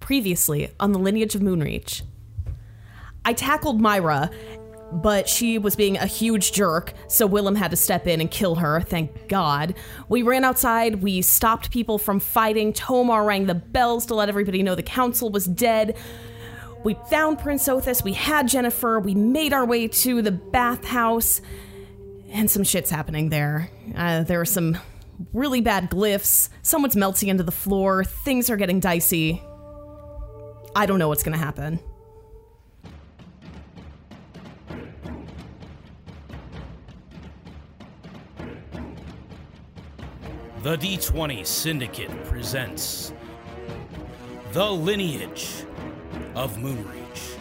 previously on the lineage of Moonreach. I tackled Myra, but she was being a huge jerk, so Willem had to step in and kill her, thank God. We ran outside, we stopped people from fighting, Tomar rang the bells to let everybody know the council was dead. We found Prince Othis, we had Jennifer, we made our way to the bathhouse, and some shit's happening there. Uh, there are some really bad glyphs, someone's melting into the floor, things are getting dicey. I don't know what's gonna happen. The D20 Syndicate presents The Lineage of Moonreach.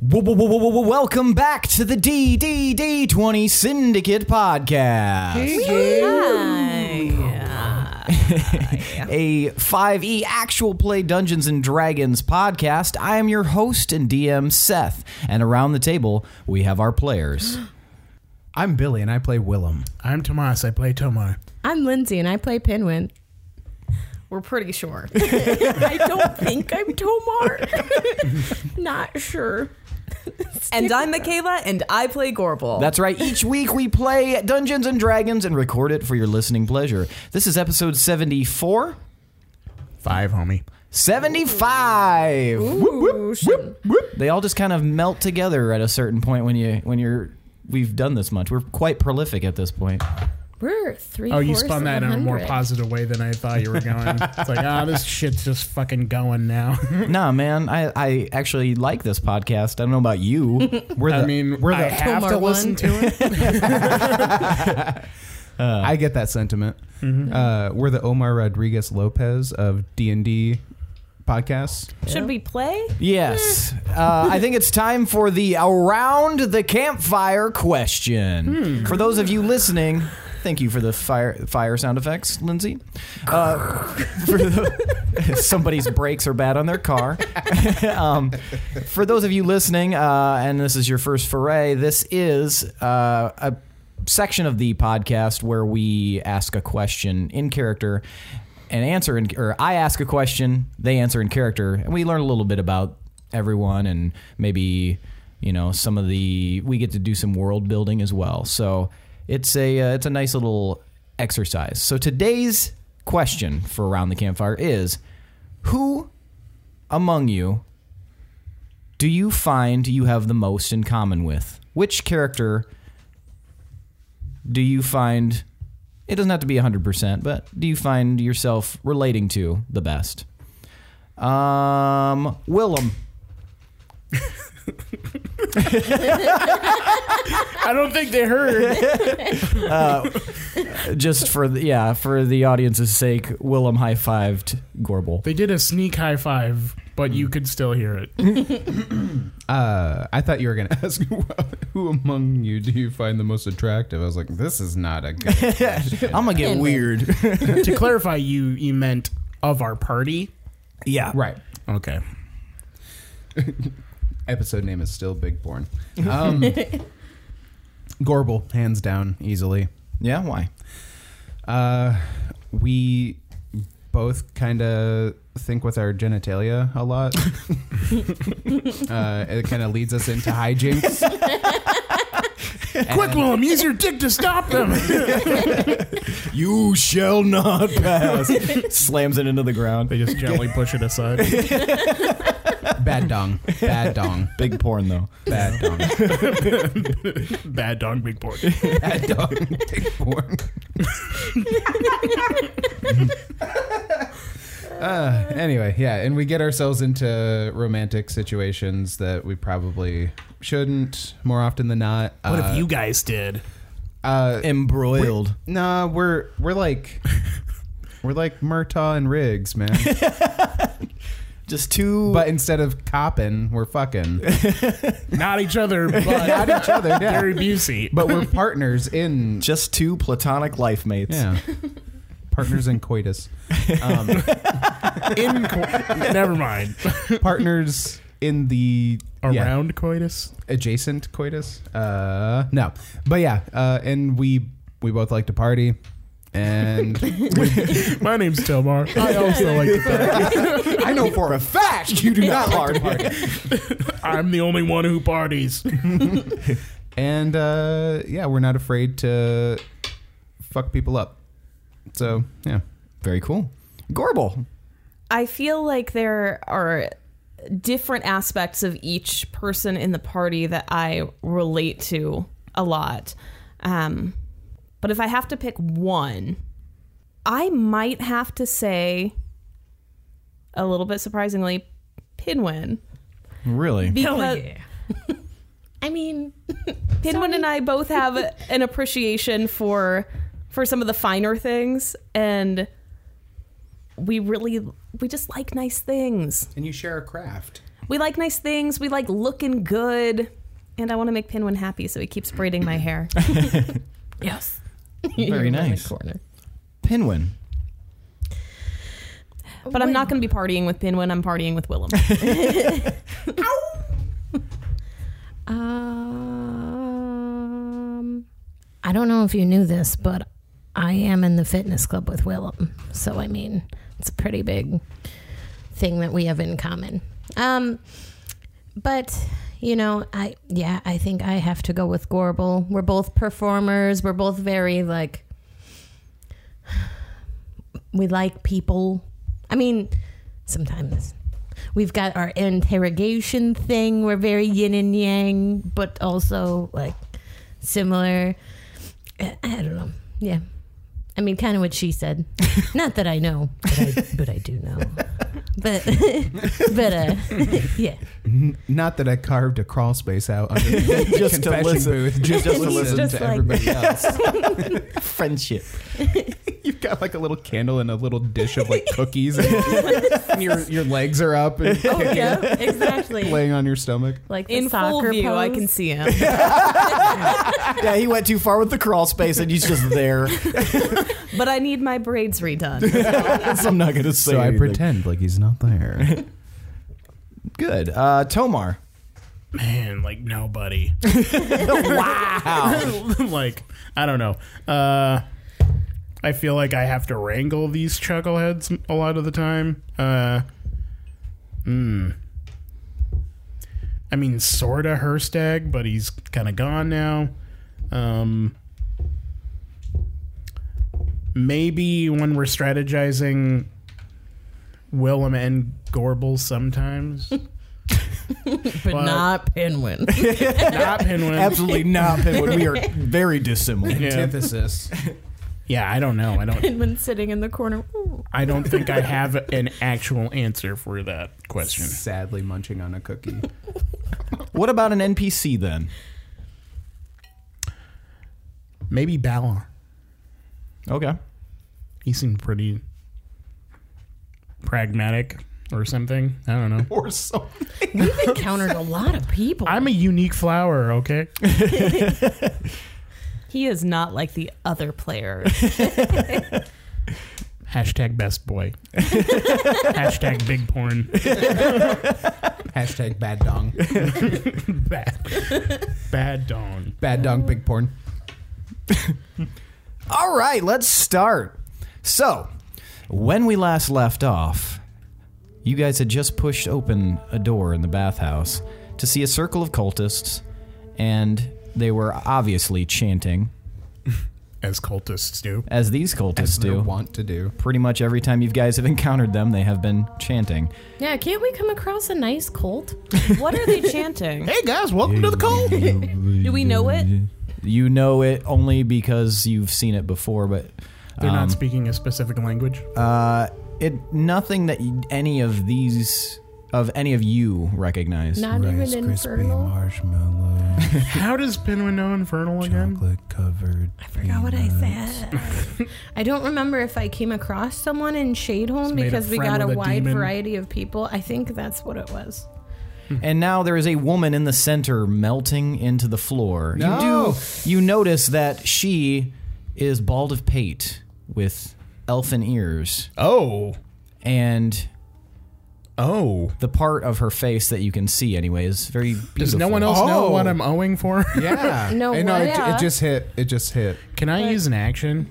Wo- wo- wo- wo- wo- wo- Welcome back to the DDD20 Syndicate Podcast, a 5e actual play Dungeons and Dragons podcast. I am your host and DM, Seth, and around the table we have our players. I'm Billy and I play Willem. I'm Tomas. I play Tomar. I'm Lindsay and I play Pinwin. We're pretty sure. I don't think I'm Tomar. Not sure. and I'm Michaela, and I play Gorbel. That's right. Each week we play Dungeons and Dragons and record it for your listening pleasure. This is episode 74, Five, homie. 75. Whoop, whoop, Ooh, shit. whoop. They all just kind of melt together at a certain point when you when you're we've done this much. We're quite prolific at this point. We're three. Oh, you spun that in a more positive. positive way than I thought you were going. it's like, ah, this shit's just fucking going now. Nah, man, I, I actually like this podcast. I don't know about you. We're the I mean, we're the I have Tomar to one. listen to it. I get that sentiment. Uh, we're the Omar Rodriguez Lopez of D and D podcasts. Should we play? yes. Uh, I think it's time for the around the campfire Hmm. question. For those of you listening, thank you for the fire fire sound effects, Lindsay. Uh, for the, somebody's brakes are bad on their car. um, for those of you listening, uh, and this is your first foray, this is uh, a section of the podcast where we ask a question in character and answer, in, or I ask a question, they answer in character, and we learn a little bit about everyone and maybe you know some of the we get to do some world building as well. So it's a uh, it's a nice little exercise. So today's question for around the campfire is who among you do you find you have the most in common with? Which character do you find it doesn't have to be 100%, but do you find yourself relating to the best? Um, Willem. I don't think they heard. Just for the, yeah, for the audience's sake, Willem high-fived Gorbel. They did a sneak high five, but Mm. you could still hear it. Uh, I thought you were going to ask who, who among you do you find the most attractive. I was like, this is not a good. question. I'm going to get weird. to clarify, you you meant of our party. yeah. right. Okay. Episode name is still Big Porn. Um, Gorbel, hands down, easily. Yeah, why? Uh, we both kind of think with our genitalia a lot. uh, it kind of leads us into hijinks. Quick, Willem, use your dick to stop them. You shall not pass. Slams it into the they ground. just gently push it aside. Bad dong. Bad dong. Big porn though. Bad dong. Bad dog, big boy. Bad dong. Big porn. uh, anyway, yeah, and we get ourselves into romantic situations that we probably shouldn't more often than not. What uh, if you guys did? Uh, Embroiled. Nah, we're we're like we're like Murtaugh and Riggs, man. Just two but instead of copping, we're fucking Not each other, but at each other. yeah. Gary Busey. But we're partners in just two platonic life mates. yeah, partners in coitus, um, in co- never mind partners in the yeah, around coitus adjacent coitus. Uh, no, but yeah, uh, and we We both like to party. And My name's Tomar. I also like to party. I know for a fact you do not like party. I'm the only one who parties. and uh, yeah, we're not afraid to fuck people up. So yeah, Very cool. Gorble. I feel like there are different aspects of each person in the party that I relate to a lot. Um, but if I have to pick one, I might have to say, a little bit surprisingly, Pinwin. Really? Hell Because Oh, yeah. I mean, Pinwin and I both have an appreciation for for some of the finer things and we really we just like nice things. and you share a craft. We like nice things. We like looking good. And I want to make Pinwin happy, so he keeps braiding my hair. yes. Very nice. Pinwin. But I'm not going to be partying with Pinwin. I'm partying with Willem. Um, I don't know if you knew this, but I am in the fitness club with Willem. So, I mean, it's a pretty big thing that we have in common. Um, but, you know, I, yeah, I think I have to go with Gorble. We're both performers. We're both very, like, we like people. I mean, sometimes we've got our interrogation thing. We're very yin and yang, but also like similar. I I don't know. Yeah. I mean, kind of what she said. Not that I know, but I, but I do know. But, but, uh, yeah. Not that I carved a crawl space out under the Just to confession listen. booth, Just to just to He's listen just to like- everybody else. Friendship. You've got like a little candle and a little dish of like cookies, and, and your your legs are up and Oh, Yeah, exactly. laying on your stomach. Like the Oh, In full soccer view, pose. I can see him. Yeah, he went too far with the crawl space and he's just there. But I need my braids redone. so I'm not going to say So I anything. pretend like he's not there. Good. Uh, Tomar. Man, like nobody. wow. like I don't know. Uh, I feel like I have to wrangle these chuckleheads a lot of the time. Uh, hmm. I mean, sorta Herstag, but he's kind of gone now. Um, maybe when we're strategizing, Willem and Gorble sometimes. But Well- not Pinwin. Not Pinwin. Absolutely not, Pinwin. We are very dissimilar. Yeah. Antithesis. yeah, I don't know. I don't. When sitting in the corner. Ooh. I don't think I have an actual answer for that question. Sadly munching on a cookie. What about an NPC then? Maybe Balor. Okay. He seemed pretty pragmatic or something. I don't know. Or something. We've encountered a lot of people. I'm a unique flower, okay? he is not like the other player. Hashtag best boy. Hashtag big porn. Hashtag bad dong. Bad. Bad dong. Bad dong, big porn. All right, let's start. So, when we last left off, you guys had just pushed open a door in the bathhouse to see a circle of cultists, and they were obviously chanting, As cultists do. as these cultists They do. want to do. Pretty much every time you guys have encountered them, they have been chanting. yeah, can't we come across a nice cult? What are they chanting? Hey guys, welcome to the cold. Do we know it? You know it only because you've seen it before, but um, They're not speaking a specific language. uh, it nothing that y- any of these of any of you recognize. Not even infernal. marshmallow, How does Pinwin know Infernal again? covered. I forgot what I said. I don't remember if I came across someone in Shadeholm made a because we friend got a with a wide demon. variety of people. I think that's what it was. And now there is a woman in the center melting into the floor. You No. do you notice that she is bald of pate with elfin ears Oh. and Oh. The part of her face that you can see, anyway, is very beautiful. Does no one else know Oh. what I'm owing for? Yeah. No And no, way. it, Yeah. it just hit. It just hit. Can I use an action?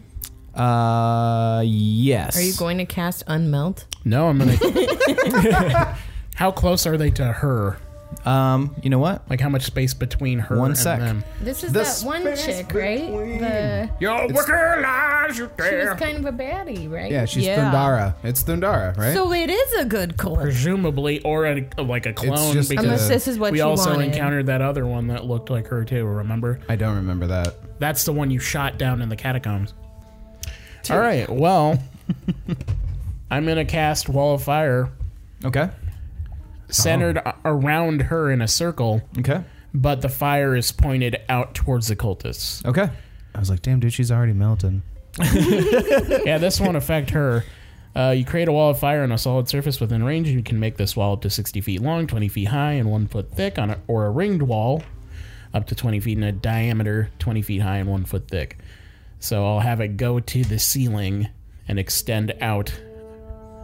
Uh, yes. Are you going to cast Unmelt? No, I'm gonna. how close are they to her? Um, you know what? Like how much space between her One and sec. them? This is The that one space chick, right? The, Yo, wicker lies you she was there. kind of a baddie, right? Yeah, she's Yeah. Thundara. It's Thundara, right? So it is a good course. Presumably, or a, like a clone, just because Unless uh, this is what we you also wanted. encountered that other one that looked like her too. Remember? I don't remember that. That's the one you shot down in the catacombs. All right. Well, I'm gonna cast Wall of Fire Okay. centered a- around her in a circle, Okay. but the fire is pointed out towards the cultists. Okay. I was like, damn, dude, she's already melting. yeah, this won't affect her. Uh, you create a wall of fire on a solid surface within range, and you can make this wall up to 60 feet long, 20 feet high, and 1 foot thick, on a, or a ringed wall up to 20 feet in a diameter, 20 feet high, and 1 foot thick. So I'll have it go to the ceiling and extend out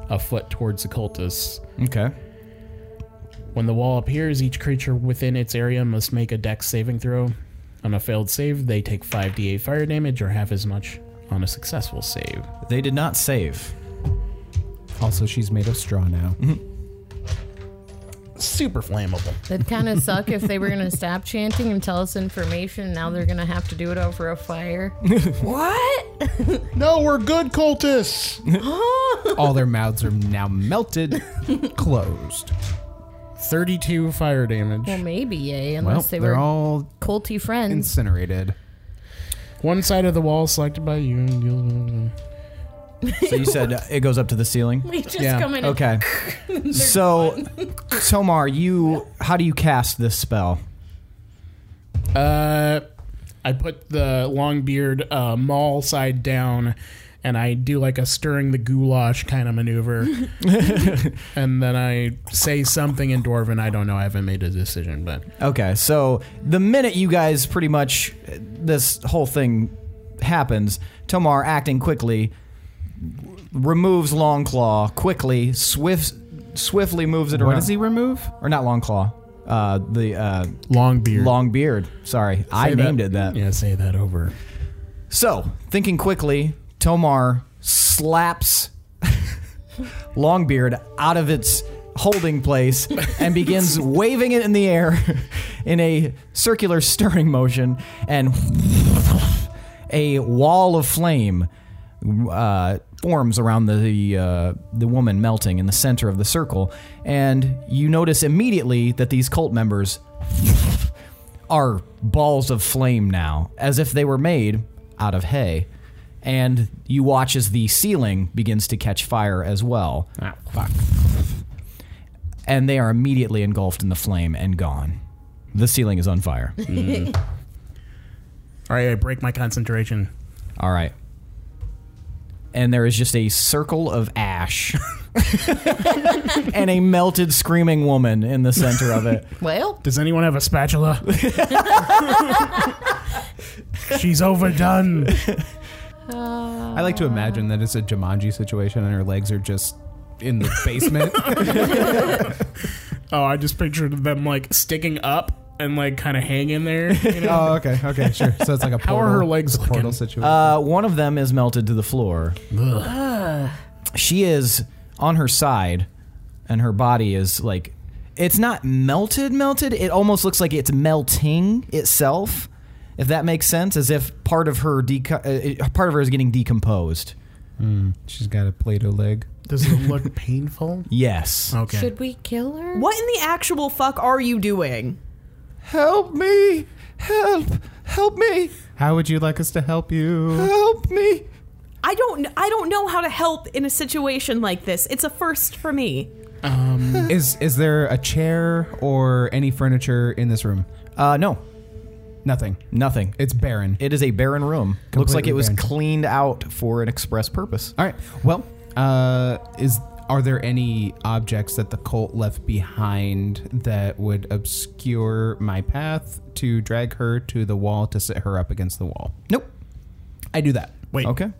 a foot towards the cultists. Okay. When the wall appears, each creature within its area must make a dex saving throw. On a failed save, they take 5d8 fire damage or half as much on a successful save. They did not save. Also, she's made of straw now. Super flammable. That'd kind of suck if they were going to stop chanting and tell us information. Now they're going to have to do it over a fire. what? No, we're good cultists. All their mouths are now melted, closed. 32 fire damage. Well, maybe, yay, unless Well, they they're were all culty friends. incinerated. One side of the wall selected by you. and you'll- So you said uh, it goes up to the ceiling. We just Yeah, come in and- Okay. so, Tomar, you how do you cast this spell? Uh, I put the long beard uh, maul side down and I do like a stirring the goulash kind of maneuver. and then I say something in Dwarven. I don't know. I haven't made a decision, but Okay, so the minute you guys pretty much this whole thing happens, Tomar acting quickly removes Long Claw quickly, swift swiftly moves it around. What does he remove? Or not Long Claw. Uh, the uh, long beard. long beard. Sorry, I Say that- named it that. Yeah, say that over. So, thinking quickly, Tomar slaps Longbeard out of its holding place and begins waving it in the air in a circular stirring motion, and a wall of flame uh, forms around the the, uh, the woman melting in the center of the circle, and you notice immediately that these cult members are balls of flame now, as if they were made out of hay. And you watch as the ceiling begins to catch fire as well. Ah, fuck. And they are immediately engulfed in the flame and gone. The ceiling is on fire. Mm. All right, I break my concentration. All right. And there is just a circle of ash and a melted screaming woman in the center of it. Well, Does anyone have a spatula? She's overdone. I Uh. like to imagine that it's a Jumanji situation and her legs are just in the basement. Oh, I just pictured them like sticking up and like kind of hanging there. You know? oh, okay, okay, sure. So it's like a portal, How are her legs portal looking? situation. Uh, one of them is melted to the floor. She is on her side, and her body is like it's not melted, melted. It almost looks like it's melting itself, if that makes sense. As if part of her deco- uh, uh, part of her is getting decomposed. She's got a Play-Doh leg. Does it look painful? Yes. Okay. should we kill her? What in the actual fuck are you doing? Help me! Help! Help me! How would you like us to help you? Help me! I don't I don't know how to help in a situation like this. It's a first for me. is is there a chair or any furniture in this room? Uh, no, Nothing. nothing. It's barren. It is a barren room. Looks like Completely it was barren. cleaned out for an express purpose. All right. Well, uh, is are there any objects that the cult left behind that would obscure my path to drag her to the wall to sit her up against the wall? Nope. I do that. Wait. Okay.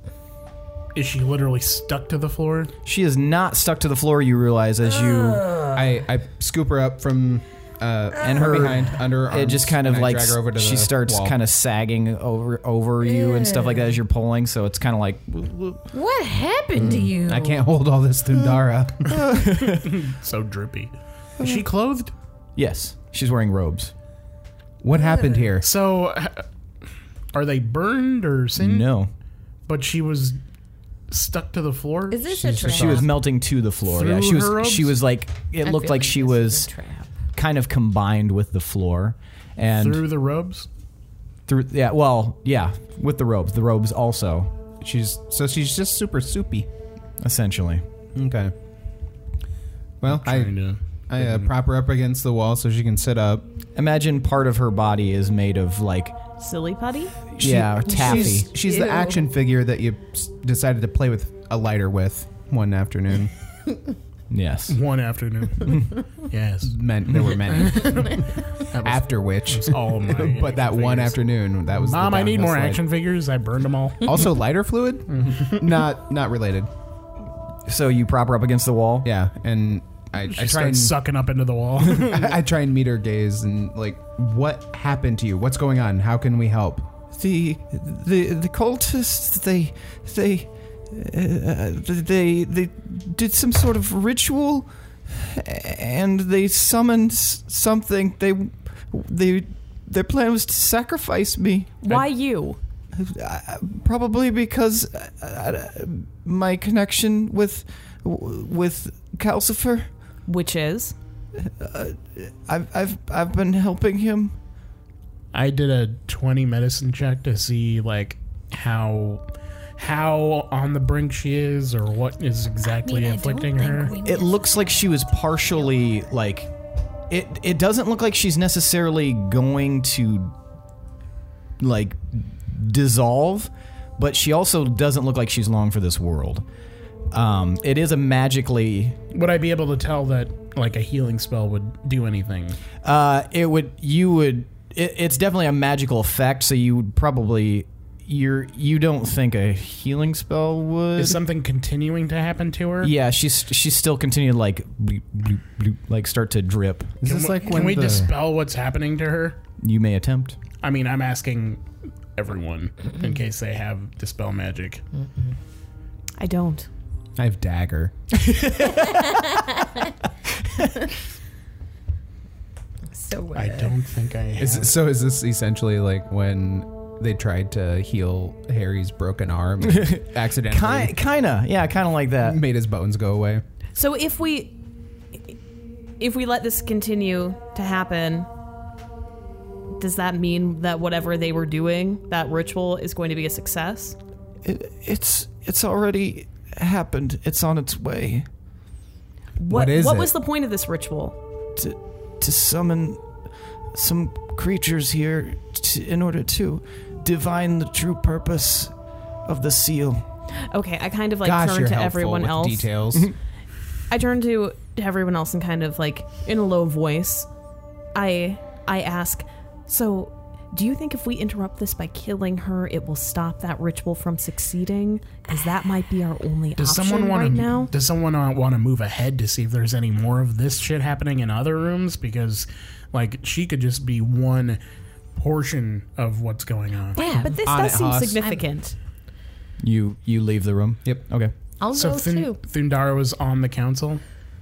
Is she literally stuck to the floor? She is not stuck to the floor. You realize as you I, I scoop her up from uh, and Uh, her- behind under. Her it just kind of like she starts kind of of sagging over over you and stuff like that as you're pulling. So it's kind of like What happened to you? Hmm. I can't hold all this Thundara. So drippy. Oh, Is she clothed? yes, she's wearing robes. what happened here? So, uh, are they burned or sin? No, But she was stuck to the floor. Is this a trap? she was melting to the floor. Yeah, Through she her was robes? she was like I it feel looked like she this was is a trap. kind of combined with the floor and through the robes? through yeah well yeah with the robes the robes also She's so she's just super soupy. essentially Okay. Well, Trying I to- I uh, prop her up against the wall so she can sit up. imagine part of her body is made of like Silly putty? yeah taffy She's, she's Ew. the action figure that you s- decided to play with a lighter with one afternoon. yes One afternoon. yes. meant there were many. That was After which, all Oh my. but that one fingers. afternoon, that was. the Mom, I need downhill more slide. action figures. I burned them all. Also, lighter fluid, not not related. so you prop her up against the wall Yeah, and I, I She try and starts sucking up into the wall. I, I try and meet her gaze and like, what happened to you? What's going on? How can we help? the the the cultists they they uh, they they did some sort of ritual and they summoned s- something they they their plan was to sacrifice me Why you? probably because uh, uh, my connection with with Calcifer Which is? I've I've I've been helping him I did a 20 medicine check to see like how how on the brink she is or what is exactly afflicting her. it looks like she was partially like it it doesn't look like she's necessarily going to like dissolve but she also doesn't look like she's long for this world um it is a magically Would I be able to tell that like a healing spell would do anything? uh it would you would it, it's definitely a magical effect so you would probably you're you don't think a healing spell would Uh, Is something continuing to happen to her? yeah she's she's still continuing to like bloop, bloop, bloop, like start to drip Is Can this we, like can when we the- dispel what's happening to her? you may attempt I mean, I'm asking everyone in case they have dispel magic. I don't. I have dagger. So uh, weird. I don't think I have. Is it- so is this essentially like when they tried to heal Harry's broken arm, and accidentally Kind, kinda, yeah, kinda like that. made his bones go away? So if we if we let this continue to happen, does that mean that whatever they were doing, that ritual is going to be a success? It, it's it's already happened. It's on its way What What is what it? was the point of this ritual? to to summon some creatures here to, in order to divine the true purpose of the seal. Okay, I kind of like Gosh, turn you're to helpful everyone with else. Details. I turn to to everyone else and kind of like in a low voice, I I ask, so do you think if we interrupt this by killing her, it will stop that ritual from succeeding? Because that might be our only Does option someone want right to? now. Does someone want to move ahead to see if there's any more of this shit happening in other rooms? Because, like, she could just be one portion of what's going on. Yeah, But this On does it, seem Haas. significant. You you leave the room. Yep. Okay. I'll So go Thun- too. Thundara was on the council.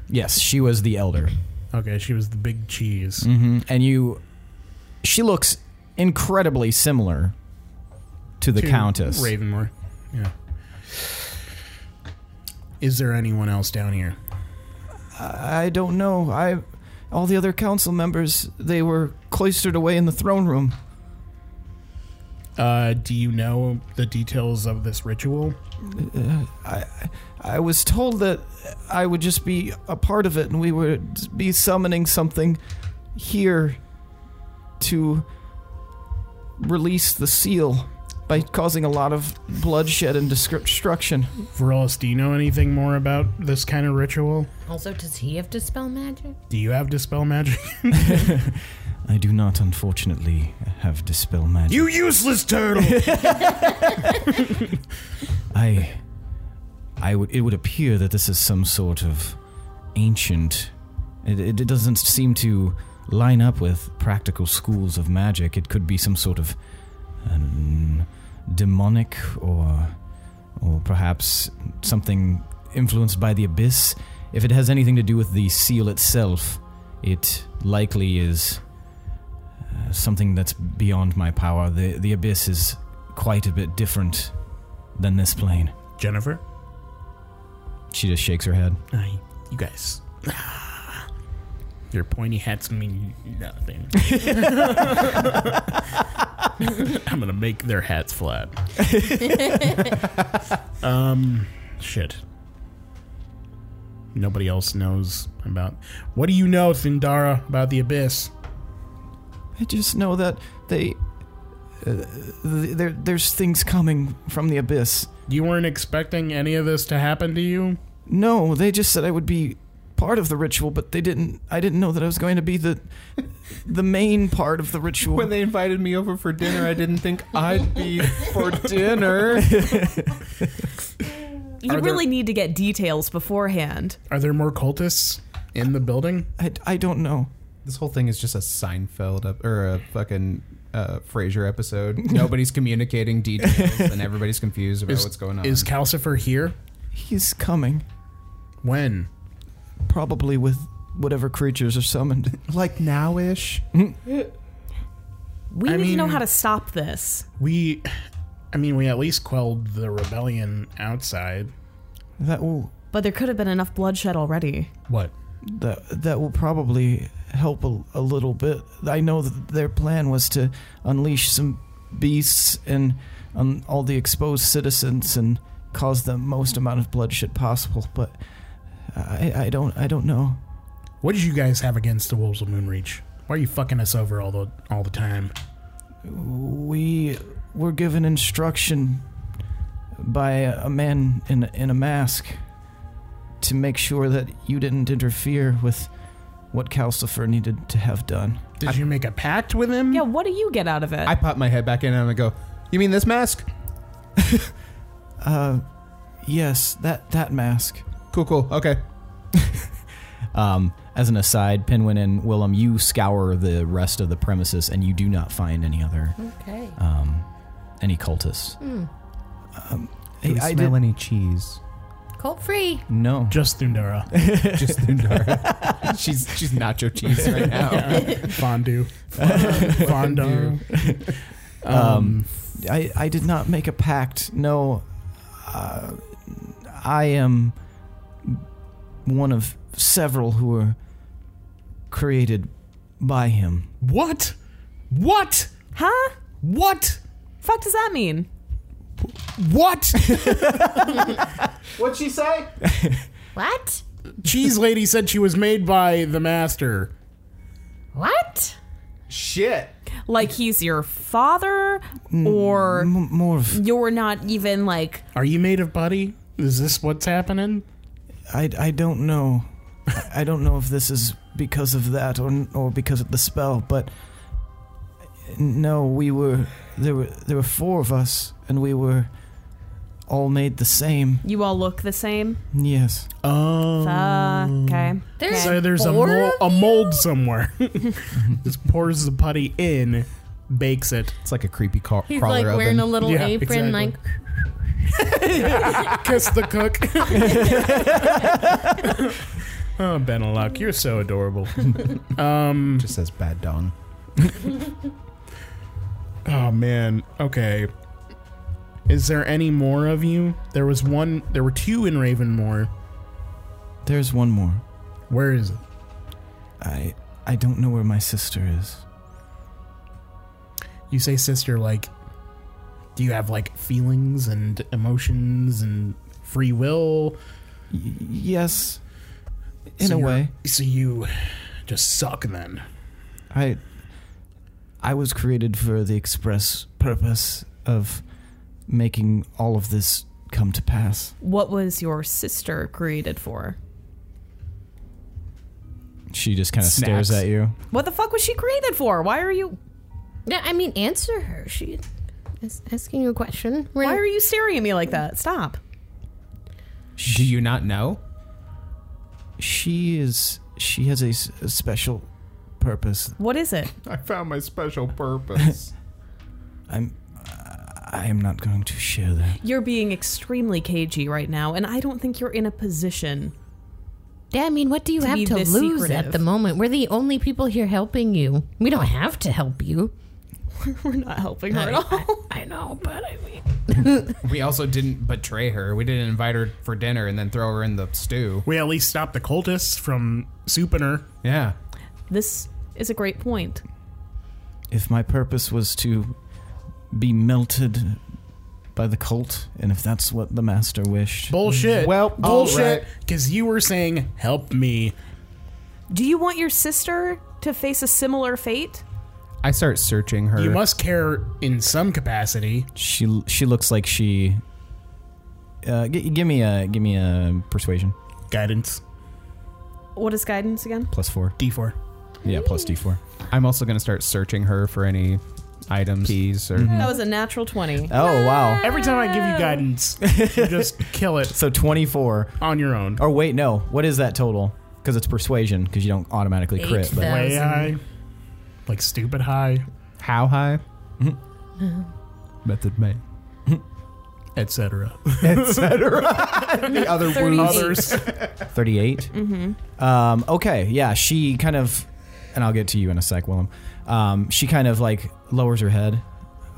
Yes, she was the elder, Okay, she was the big cheese. and you. She looks incredibly similar to the To countess. Ravenmore. Yeah. Is there anyone else down here? I don't know. I all the other council members they were cloistered away in the throne room. Uh, do you know the details of this ritual? I was told that I would just be a part of it and we would be summoning something here to release the seal by causing a lot of bloodshed and destruction. Varelis, do you know anything more about this kind of ritual? Also, does he have to spell magic? Do you have dispel magic? I do not, unfortunately, have dispel magic. you useless turtle! I I would. It would appear that this is some sort of ancient. It, it, it doesn't seem to line up with practical schools of magic. It could be some sort of um, demonic, or or perhaps something influenced by the abyss. If it has anything to do with the seal itself, it likely is uh, something that's beyond my power. The the abyss is quite a bit different than this plane. Jennifer? She just shakes her head. I, you guys. Your pointy hats mean nothing. I'm gonna make their hats flat. um, shit. Nobody else knows about. What do you know, Thindara, about the abyss? I just know that they. Uh, th- there, there's things coming from the abyss. You weren't expecting any of this to happen to you. No, they just said I would be part of the ritual, but they didn't. I didn't know that I was going to be the the main part of the ritual. When they invited me over for dinner, I didn't think I'd be for dinner. You really need to get details beforehand. Are there more cultists in the building? I, I don't know. This whole thing is just a Seinfeld ep- or a fucking uh, Frasier episode. Nobody's communicating details, and everybody's confused about Is- what's going on. Is Calcifer here? He's coming, When? probably with whatever creatures are summoned. like now-ish. We I need to know mean- how to stop this. We, I mean, we at least quelled the rebellion outside. That will But there could have been enough bloodshed already. What? that that will probably help a, a little bit. I know that their plan was to unleash some beasts and um, all the exposed citizens and cause the most amount of bloodshed possible. But I, I don't I don't know. What did you guys have against the wolves of Moonreach? Why are you fucking us over all the all the time? We were given instruction by a man in in a mask to make sure that you didn't interfere with what Calcifer needed to have done. Did you make a pact with him? Yeah, what do you get out of it? I pop my head back in and I go, "You mean this mask? Uh, yes, that that mask. Cool, cool. Okay." Um, as an aside, Pinwin and Willem, you scour the rest of the premises and you do not find any other Hmm. Okay. um, any cultists. Um, Do we I, I smell did, any cheese? Cult free. no. Just Thundara. Just Thundara. she's she's nacho cheese right now. Fondue. Fondue. Um, I, I did not make a pact. No, uh, I am one of several who were created by him. What? What? huh? What? Fuck does that mean? What? What'd she say? What? Cheese lady said she was made by the master. What? Shit. Like he's your father, Mm. or M- more of you're not even like Are you made of buddy? Is this what's happening? I, I don't know. I- I don't know if this is because of that or or because of the spell, but no, we were there were there were four of us and we were all made the same. you all look the same. Yes. Oh. Mm. Fuck, okay. There's So there's a, four mol- of a you? mold somewhere. Just pours the putty in, bakes it. It's like a creepy car- He's crawler like oven. wearing a little Yeah, apron, exactly. like Kiss the cook. oh, Benelok, you're so adorable. Um. just says bad dong. Oh man. Okay. Is there any more of you? There was one. There were two in Ravenmore. There's one more. Where is it? I I don't know where my sister is. You say sister. Like, do you have like feelings and emotions and free will? Y- yes. In So a you're- way, So you just suck then. I I was created for the express purpose of making all of this come to pass. What was your sister created for? She just kind of stares at you. What the fuck was she created for? Why are you No, I mean, answer her. She is asking you a question. We're why are you staring at me like that? Stop. Do you not know? She is. She has a, s- a special purpose. What is it? I found my special purpose. I'm. I am not going to share that. You're being extremely cagey right now, and I don't think you're in a position. Yeah, I mean, what do you have be to lose this at secretive. the moment? We're the only people here helping you. We don't have to help you. We're not helping her at all. I know, but I mean, we also didn't betray her. We didn't invite her for dinner and then throw her in the stew. We at least stopped the cultists from souping her. Yeah. This is a great point. If my purpose was to be melted by the cult, and if that's what the master wished, Bullshit. Well, bullshit. alright. Because you were saying, "Help me." Do you want your sister to face a similar fate? I start searching her. You must care in some capacity. she she looks like she. Uh, g- give me a give me a persuasion Guidance What is guidance again? plus four. D four. Yeah, plus D four. I'm also going to start searching her for any items, keys, or Mm-hmm. That was a natural 20. Oh wow! Every time I give you guidance, you just kill it So twenty four. on your own. Oh. Or wait, no. What is that total? Because it's persuasion. Because you don't automatically crit. But Way high, like stupid high, how high? Method man. etc. Other 38. Others. 38 mm-hmm. um, okay yeah she kind of and i'll get to you in a sec willem um, she kind of like lowers her head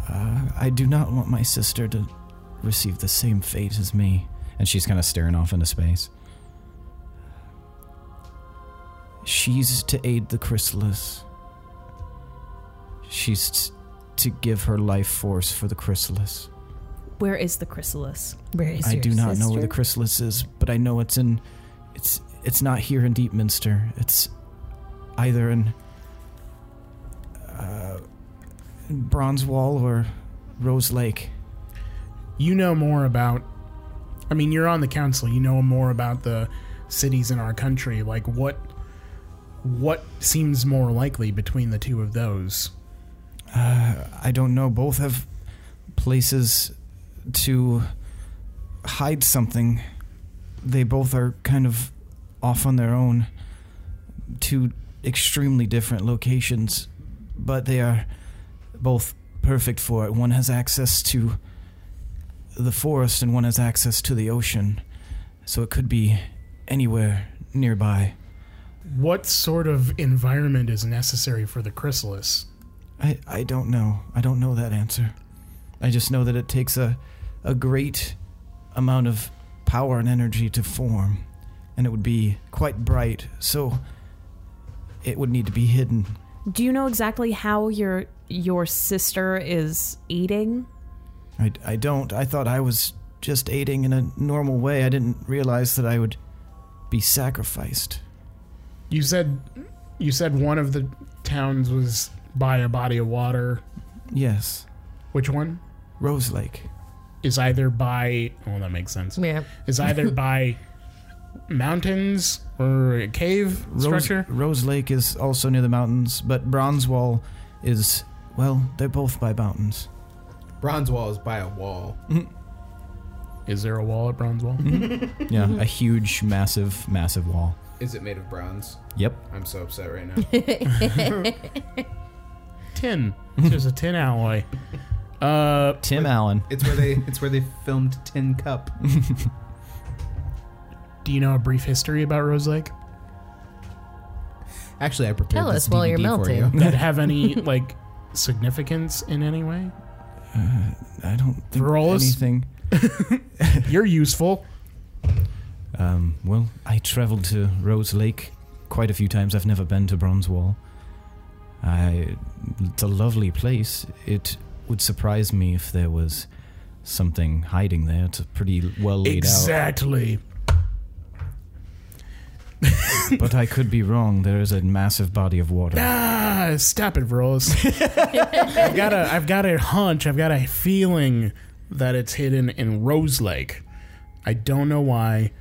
uh, i do not want my sister to receive the same fate as me and she's kind of staring off into space she's to aid the chrysalis she's t- to give her life force for the chrysalis Where is the chrysalis? where is I your do not know where the sister? chrysalis is, but I know it's in. It's it's not here in Deepminster. It's either in uh, in Bronze Wall or Rose Lake. you know more about i mean you're on the council you know more about the cities in our country like what what seems more likely between the two of those I don't know. Both have places to hide something. They both are kind of off on their own. Two extremely different locations, but they are both perfect for it. One has access to the forest, and one has access to the ocean. So it could be anywhere nearby. what sort of environment is necessary for the chrysalis I, I don't know. I don't know that answer. I just know that it takes a, a great amount of power and energy to form, and it would be quite bright, so it would need to be hidden. Do you know exactly how your your sister is eating? I, I don't. I thought I was just aiding in a normal way. I didn't realize that I would be sacrificed. you said you said one of the towns was by a body of water Yes, which one Rose Lake. is either by well that makes sense Yeah. is either by mountains or a cave Rose, structure Rose Lake is also near the mountains, but Bronze Wall is, well, they're both by mountains. Bronze wall is by a wall. is there a wall at bronze wall Yeah, a huge, massive, massive wall. Is it made of bronze? Yep. I'm so upset right now. tin. It's just a tin alloy. Uh, Tim Allen. it's where they it's where they filmed Tin Cup. do you know a brief history about Rose Lake? Actually, I prepared Tell this us while you're DVD for melting. you. That have any like significance in any way? I don't think Ferolus? anything. You're useful. Um, well, I traveled to Rose Lake quite a few times. I've never been to Bronze Wall. I, it's a lovely place. It would surprise me if there was something hiding there. It's pretty well laid Exactly. out. But I could be wrong. There is a massive body of water. Ah, stop it, Rose. I've got a I've got a hunch. I've got a feeling that it's hidden in Rose Lake. I don't know why,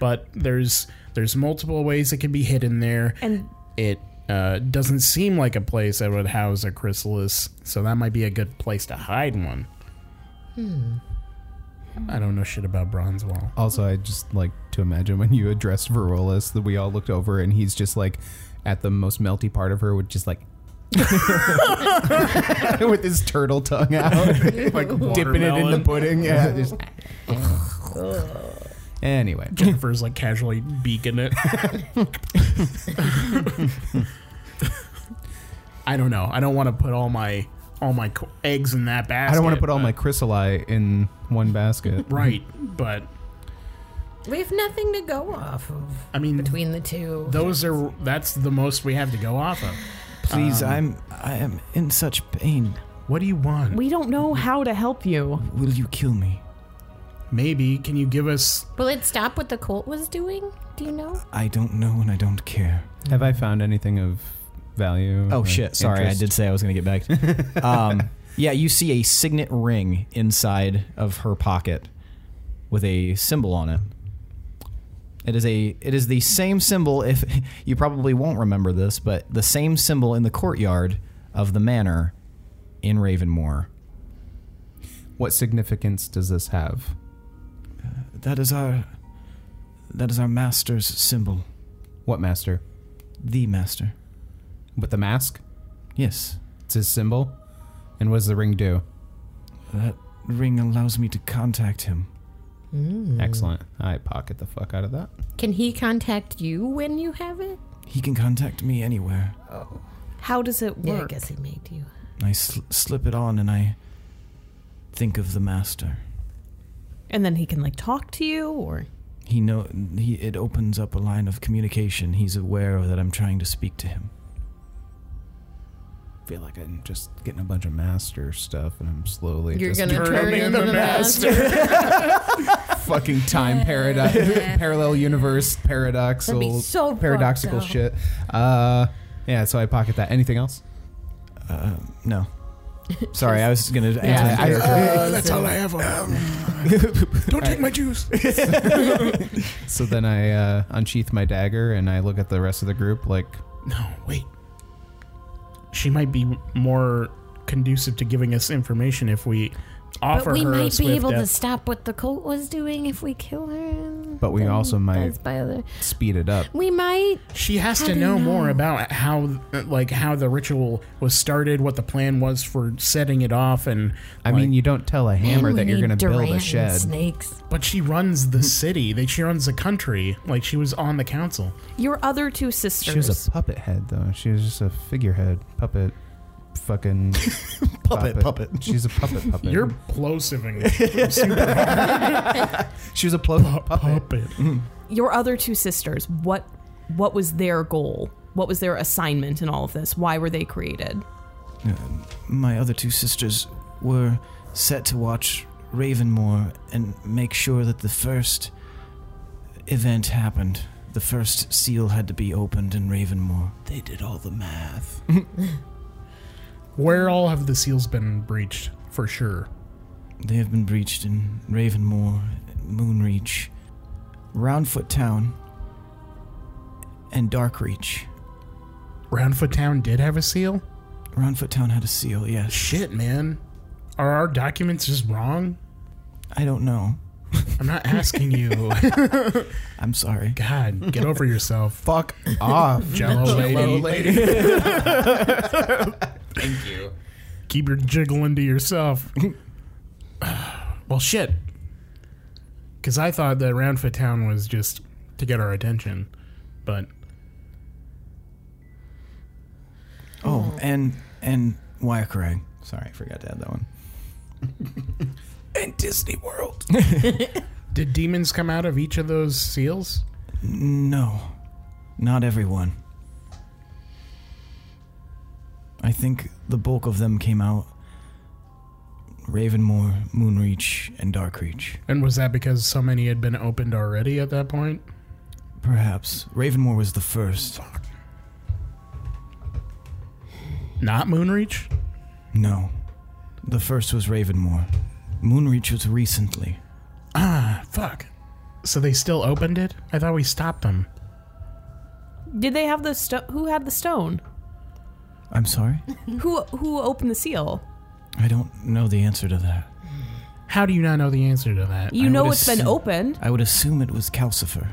but there's there's multiple ways it can be hidden there. And it uh, doesn't seem like a place that would house a chrysalis, so that might be a good place to hide one. I don't know shit about bronze wall. Also, I just like to imagine when you addressed Verolas that we all looked over and he's just like at the most melty part of her with just like with his turtle tongue out, like dipping it in the Watermelon. pudding. Yeah. just- anyway, Jennifer's like casually beaking it. I don't know. I don't want to put all my all my co- eggs in that basket. I don't want to put all but- my chrysolite in one basket. right, but We have nothing to go off of I mean between the two. those are that's the most we have to go off of. Please, Um, I'm I am in such pain. What do you want? We don't know how to help you. Will you kill me? Maybe can you give us Will it stop what the cult was doing? Do you know? I don't know and I don't care. Have I found anything of value? Oh or shit! Sorry, interest? I did say I was gonna get back. um, yeah, you see a signet ring inside of her pocket with a symbol on it. It is a it is the same symbol. If you probably won't remember this, but the same symbol in the courtyard of the manor in Ravenmoor. What significance does this have? That is our that is our master's symbol. What master? The master. With the mask? Yes, It's his symbol. And what does the ring do? that ring allows me to contact him. Mm. Excellent. I pocket the fuck out of that. Can he contact you when you have it? He can contact me anywhere. How does it Yeah, I work? guess he made you. I sl- slip it on and I think of the master. and then he can like talk to you or He know he it opens up a line of communication. He's aware that I'm trying to speak to him. feel like I'm just getting a bunch of master stuff and I'm slowly You're just gonna turn turn in in the the master. fucking time paradox parallel universe paradoxal That'd be so fucked paradoxical up. shit. Uh yeah, so I pocket that. Anything else? Uh, No. Sorry, I was gonna answer Yeah, the I- character. That's all I have. don't take my juice. So then I uh, unsheath my dagger and I look at the rest of the group like No, wait. She might be more conducive to giving us information if we offer But we her a might be swift able to death. stop what the cult was doing if we kill her. But we Then also might- that's by other- speed it up. We might. She has How to do know, you more know? about how, like, how the ritual was started, what the plan was for setting it off, and I like- mean, you don't tell a hammer And we that you're need going to build Durant a and shed. Snakes. but she runs Hmm. the city. They she runs the country. Like she was on the council. your other two She sisters. was a puppet head though. She was just a figurehead, puppet fucking Puppet, puppet. She's a puppet puppet. You're plosiving it. Super she was a plo- puppet. puppet. your other two sisters. What what was their goal? What was their assignment in all of this? Why were they created? My other two sisters were set to watch Ravenmoor and make sure that the first event happened. The first seal had to be opened in Ravenmoor. They did all the math. Where all have the seals been breached for sure? They have been breached in Ravenmoor, Moonreach, Roundfoot Town, and Darkreach. Roundfoot Town did have a seal. Roundfoot Town had a seal, yes. Shit, man. Are our documents just wrong? I don't know. I'm not asking you. I'm sorry. God, get over yourself. Fuck off, Jello lady. Thank you. Keep your jiggling to yourself. well, shit. Because I thought that Roundfoot Town was just to get our attention, but Oh, and and Wirecrag. Sorry, I forgot to add that one. And Disney World. did demons come out of each of those seals? No, not everyone. I think the bulk of them came out Ravenmoor, Moonreach, and Darkreach. And was that because so many had been opened already at that point? Perhaps. Ravenmoor was the first. Not Moonreach? No. The first was Ravenmoor. Moonreach was recently. Ah, fuck. So they still opened it? I thought we stopped them. Did they have the stone? Who had the stone? I'm sorry? Who who opened the seal? I don't know the answer to that. How do you not know the answer to that? You I know would it's been assume- opened. I would assume it was Calcifer.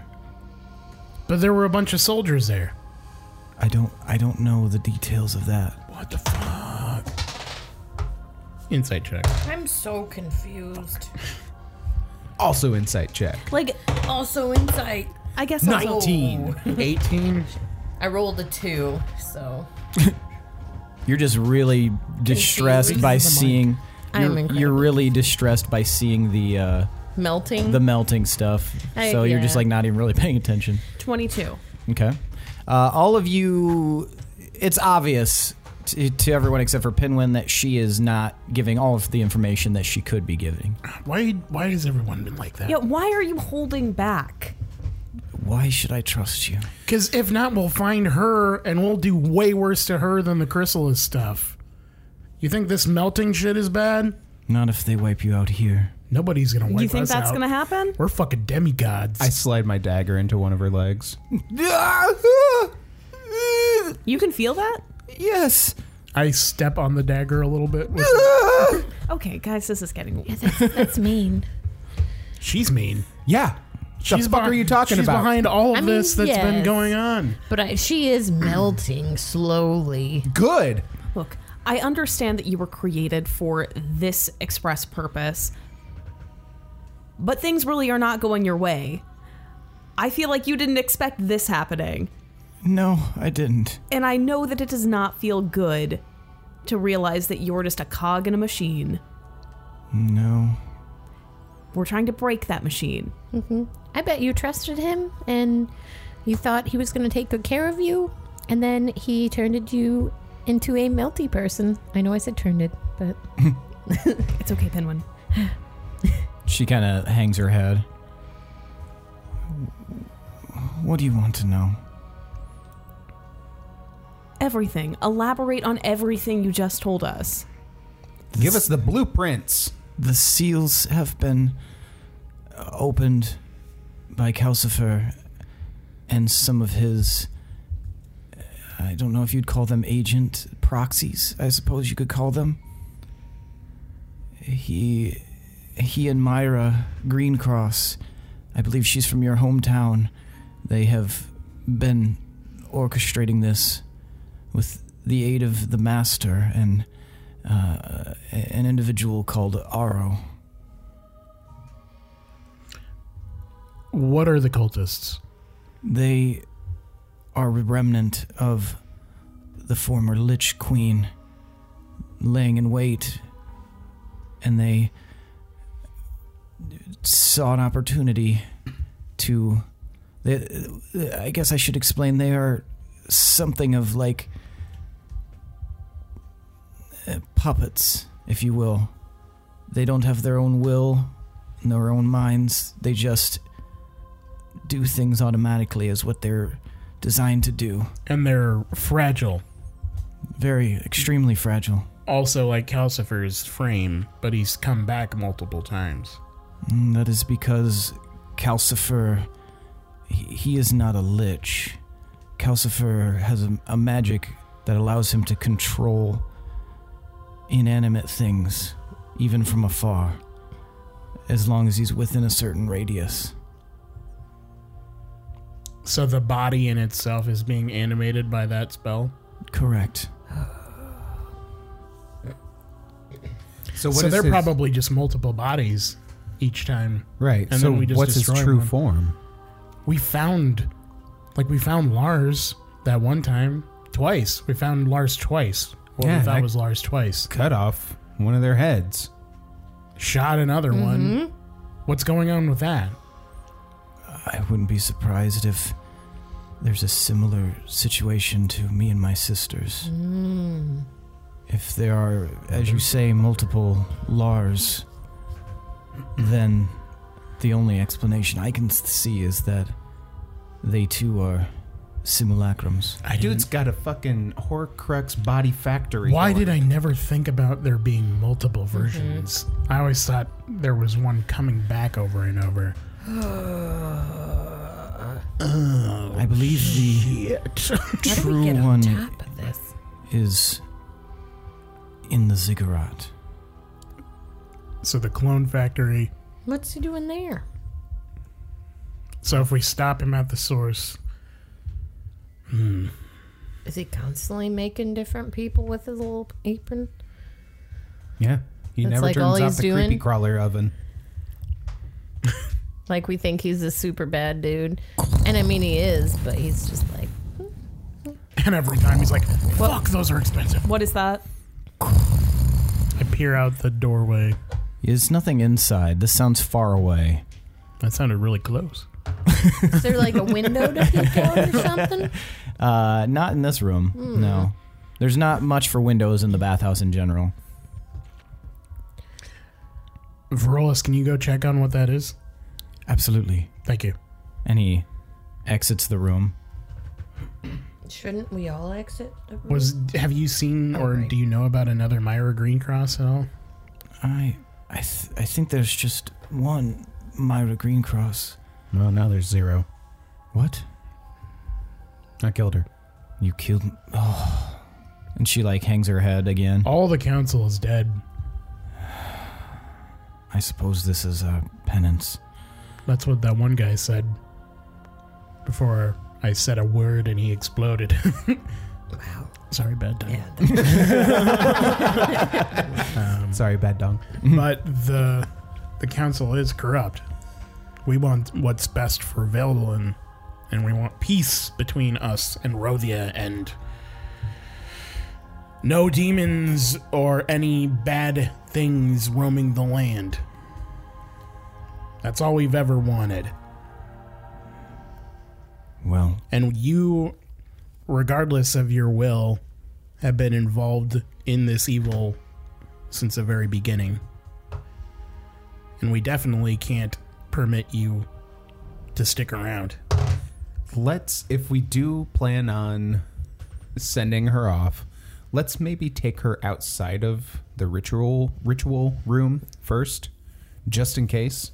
But there were a bunch of soldiers there. I don't I don't know the details of that. What the fuck? Insight check. I'm so confused. Also, insight check. Like, Also, insight. I guess also- 19. 18. I rolled a two, so You're just really distressed by Reason the mic. seeing. I am You're, you're incredibly really distressed by seeing the uh, melting. the melting stuff. I- so you're just yeah. like not even really paying attention. 22. Okay. Uh, all of you, it's obvious to, to everyone except for Pinwin that she is not giving all of the information that she could be giving. Why why has everyone been like that? Yeah, why are you holding back? Why should I trust you? Because if not, we'll find her and we'll do way worse to her than the chrysalis stuff. You think this melting shit is bad? Not if they wipe you out here. Nobody's gonna wipe you think us that's out. going to happen? We're fucking demigods. I slide my dagger into one of her legs. You can feel that? Yes. I step on the dagger a little bit. with- Okay, guys, this is getting That's mean. she's mean. Yeah. She's the fuck behi- are you talking she's about? behind all of I mean, this that's been yes. going on. But I, she is melting slowly. Good. Look, I understand that you were created for this express purpose, but things really are not going your way. I feel like you didn't expect this happening, No, I didn't. and I know that it does not feel good to realize that you're just a cog in a machine. No. We're trying to break that machine. Mm-hmm. I bet you trusted him and you thought he was going to take good care of you, and then he turned you into a melty person. I know I said turned it, but It's okay, Penguin. She kind of hangs her head. What do you want to know? Everything. Elaborate on everything you just told us. Give us the blueprints. The seals have been uh, opened by Calcifer and some of his. uh, I don't know if you'd call them agent proxies, I suppose you could call them. He. He and Myra Greencross, I believe she's from your hometown, they have been orchestrating this with the aid of the Master and uh, an individual called Aro. What are the cultists? They are a remnant of the former Lich Queen laying in wait, and they saw an opportunity to. They, I guess I should explain. They are something of like uh, puppets, if you will. They don't have their own will and their own minds. They just do things automatically is what they're designed to do. And they're fragile. Very extremely fragile. Also, like Calcifer's frame, but he's come back multiple times. And Mm, that is because Calcifer, he, he is not a lich. Calcifer has a, a magic that allows him to control inanimate things, even from afar, as long as he's within a certain radius. So the body in itself is being animated by that spell. Correct. So what so is they're his- probably just multiple bodies each time. right. and so then we just what's his destroy true one. form? We found, like, we found Lars that one time, twice. We found Lars twice. What Yeah, we thought that- was Lars twice. Cut off one of their heads. Shot another one. Mm-hmm. What's going on with that? I wouldn't be surprised if there's a similar situation to me and my sisters. If there are, as you say, multiple Lars, then the only explanation I can s- see is that they too are simulacrums. I Dude's got a fucking Horcrux body factory. Why going. did I never think about there being multiple versions? I always thought there was one coming back over and over. I believe the true one top of this. is in the ziggurat. So the clone factory. What's he doing there? So if we stop him at the source, Is he constantly making different people with his little apron? Yeah. He That's never like all turns he's off the creepy doing? crawler oven. Like we think he's a super bad dude, and I mean he is, but he's just like and every time he's like, "Fuck, those are expensive." What is that? I peer out the doorway. There's nothing inside. This sounds far away. That sounded really close. is there like a window to peek out or something? Uh, not in this room. No. There's not much for windows in the bathhouse in general. Verolis, can you go check on what that is? Absolutely. Thank you. And he exits the room. Shouldn't we all exit? the room? Was have you seen or right. do you know about another Myra Greencross at all? I, I, th- I think there's just one Myra Greencross. Well, now there's zero. What? I killed her. You killed. m- Oh. And she like hangs her head again. All the council is dead. I suppose this is our penance. That's what that one guy said. Before I said a word and he exploded. wow. Sorry, bad time. Yeah. Sorry, bad dog. Um, But the the council is corrupt. We want what's best for Velden, and we want peace between us and Rothia and no demons or any bad things roaming the land. That's all we've ever wanted. Well, and you, regardless of your will, have been involved in this evil since the very beginning. And we definitely can't permit you to stick around. Let's, if we do plan on sending her off, let's maybe take her outside of the ritual ritual room first, just in case.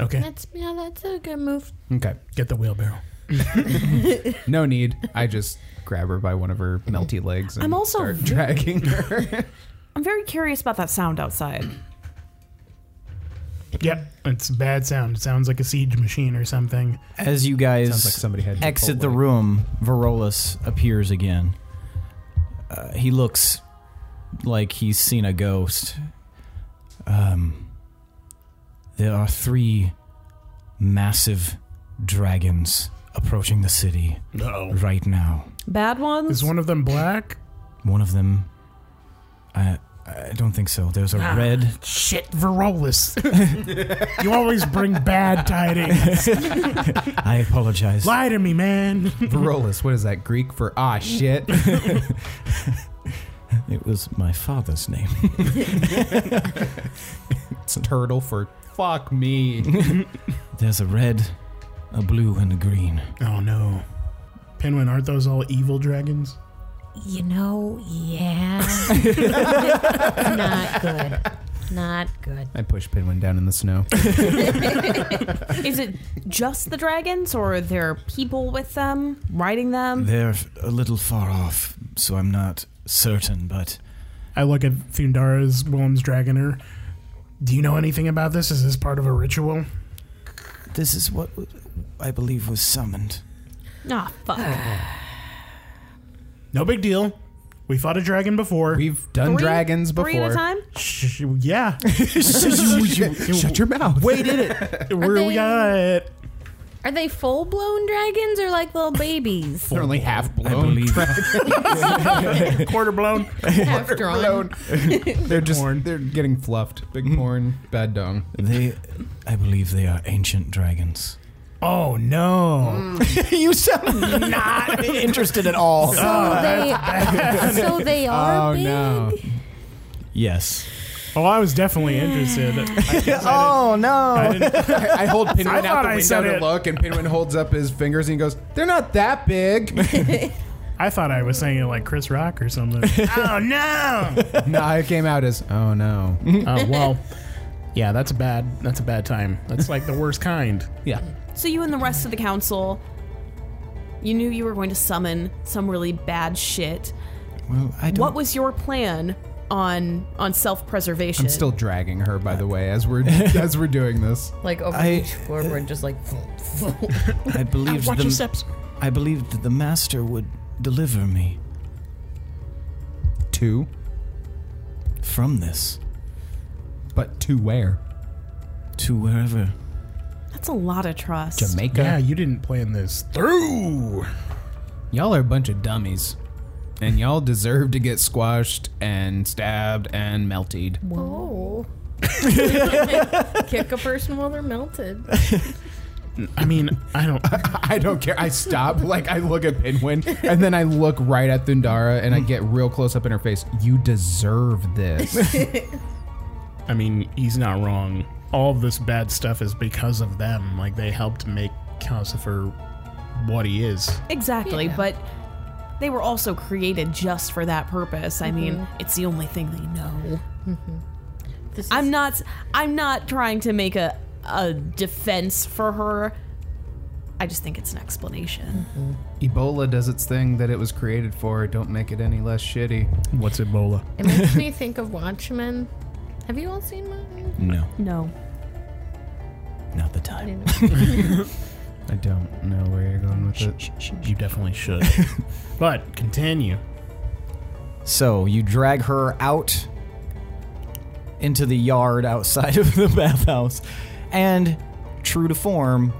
Okay, That's yeah. That's a good move. Okay. get the wheelbarrow. No need. I just grab her by one of her melty legs and I'm also start ve- dragging her. I'm very curious about that sound outside. Yep, it's a bad sound. It sounds like a siege machine or something. as you guys Sounds like somebody had exit Chipotle. the room, Varolus appears again. Uh, he looks like he's seen a ghost. Um, there are three massive dragons approaching the city No. right now. Bad ones? Is one of them black? One of them, I, I don't think so. There's a red Shit, Verolis. you always bring bad tidings. I apologize. Lie to me, man. Varolus, what is that Greek for ah shit? It was my father's name. It's turtle for fuck me. There's a red, a blue, and a green. Oh no. Pinwin, aren't those all evil dragons? You know, yeah. Not good. Not good. I push Pinwin down in the snow. Is it just the dragons, or are there people with them riding them? They're a little far off, so I'm not certain, but I look at Fundara's Willem's Dragoner. Do you know anything about this? Is this part of a ritual? this is what w- I believe was summoned. Ah, fuck. No big deal. We fought a dragon before. We've done Three- dragons before. Three at a time. Shh, yeah. Shut your mouth. Wait in it. We're, we they- got Are they full blown dragons or like little babies? They're only half blown. believe- quarter blown. Half drawn. They're just they're getting fluffed. Big porn, bad dong. They, I believe they are ancient dragons. Oh no. you sound Mm. not interested at Oh, all. So they, so they are Oh big. no. Yes. Oh, I was definitely interested. Oh no! I, I hold Pinwin out thought I the window said to it. look, and Pinwin holds up his fingers and he goes, "They're not that big." I thought I was saying it like Chris Rock or something. oh no. no, I came out as, "Oh no." Oh well. Yeah, that's a bad. That's a bad time. That's like the worst kind. Yeah. So you and the rest of the council, you knew you were going to summon some really bad shit. Well, I don't. What was your plan on on self preservation. I'm still dragging her, by the way, as we're as we're doing this. Like over I- each floorboard, just like. I believed Watch the, your steps. I believed that the master would deliver me Two, from this but to where? to wherever. That's a lot of trust. Jamaica. Yeah, you didn't plan this through. Y'all are a bunch of dummies, and y'all deserve to get squashed and stabbed and melted. Whoa. Kick a person while they're melted. I mean, I don't. I don't care. I stop. Like I look at Pinwin, and then I look right at Thundara, and I get real close up in her face. You deserve this. I mean, he's not wrong. All of this bad stuff is because of them. Like they helped make Calcifer what he is. Exactly, Yeah. but they were also created just for that purpose. I mean, it's the only thing they know. Mm-hmm. This is- I'm not I'm not trying to make a a defense for her. I just think it's an explanation. Mm-hmm. Ebola does its thing that it was created for. Don't make it any less shitty. What's Ebola? It makes me think of Watchmen. Have you all seen mine? No, No. not the time. I don't know where you're going with it. You definitely should. but continue. So you drag her out into the yard outside of the bathhouse, and true to form,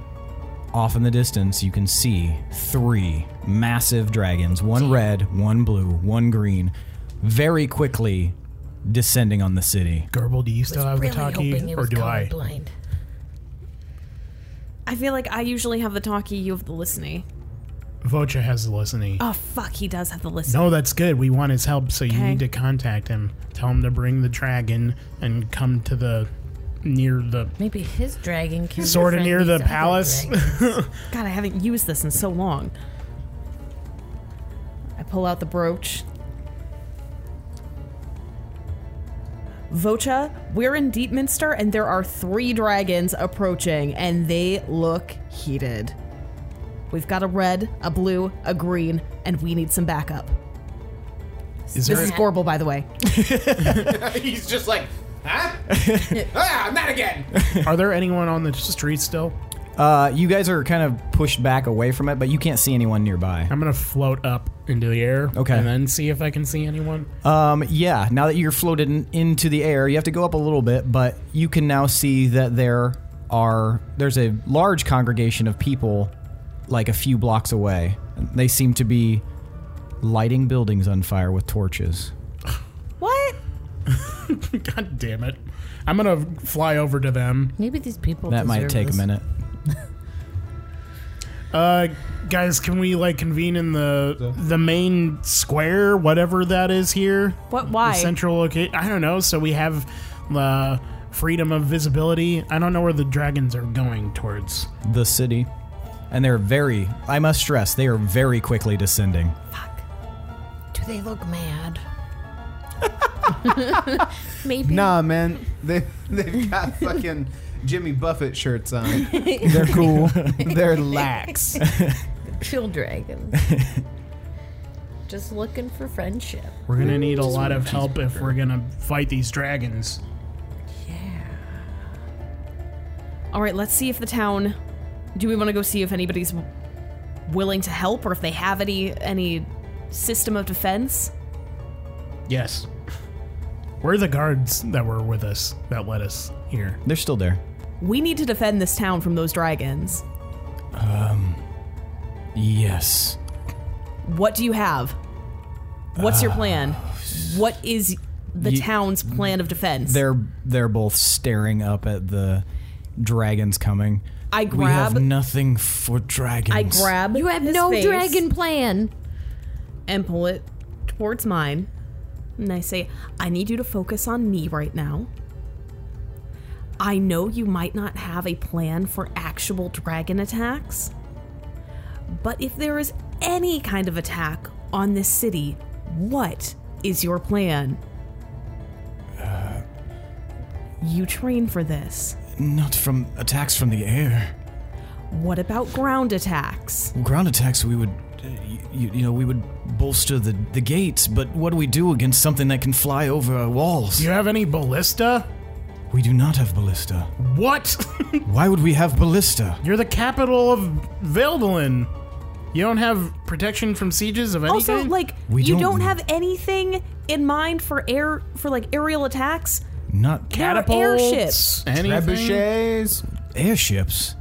off in the distance, you can see three massive dragons one red, one blue, one green very quickly descending on the city. Garble, do you still have Really the hoping talkie, it or was do I? colorblind. I feel like I usually have the talkie, you have the listening. Vocha has the listening. Oh fuck, he does have the listening. No, that's good. We want his help, so you Okay. need to contact him. Tell him to bring the dragon and come to the near the Maybe his dragon can sort of befriend near the these other palace. dragons. God, I haven't used this in so long. I pull out the brooch. Vocha, we're in Deepminster, and there are three dragons approaching, and they look heated. We've got a red, a blue, a green, and we need some backup. Is This there is Gorble, by the way. He's just like, huh? ah, not again. are there anyone on the street still? Uh, you guys are kind of pushed back away from it, but you can't see anyone nearby. I'm gonna float up into the air, Okay. and then see if I can see anyone. Um, yeah, now that you're floated in, into the air, you have to go up a little bit, but you can now see that there are there's a large congregation of people like a few blocks away. They seem to be lighting buildings on fire with torches. What? God damn it! I'm gonna fly over to them. Maybe these people. that might deserve take this. a minute. Uh, guys, can we like convene in the the main square, whatever that is here? What? The Why? central location. I don't know. So we have the freedom of visibility. I don't know where the dragons are going towards. The city. And they're very I must stress, they are very quickly descending. Do they look mad? Maybe. Nah, man. They they've got fucking Jimmy Buffett shirts on. They're cool. They're lax. Chill dragon. just looking for friendship. We're gonna need a lot of help if we're gonna fight these dragons. All right, let's see if the town. Do we want to go see if anybody's w- willing to help, or if they have any any system of defense? Yes. Where are the guards that were with us that led us here? they're still there. We need to defend this town from those dragons. Yes. What do you have? What's your plan? Ah. What is the Ye- town's plan of defense? They're they're both staring up at the dragons coming. I We grab. have nothing for dragons. I grab. You have his no face dragon plan. And pull it towards mine. And I say, I need you to focus on me right now. I know you might not have a plan for actual dragon attacks, but if there is any kind of attack on this city, what is your plan? Uh, you train for this. Not from attacks from the air. What about ground attacks? Ground attacks we would you, uh, you know, we would bolster the, the gates, but what do we do against something that can fly over our walls? Do you have any ballista? We do not have ballista. What? Why would we have ballista? You're the capital of Veldelin. You don't have protection from sieges of any Also, kind? like We you don't don't- have anything in mind for air for like aerial attacks. Not They're airships. Catapults, anything? Trebuchets. airships.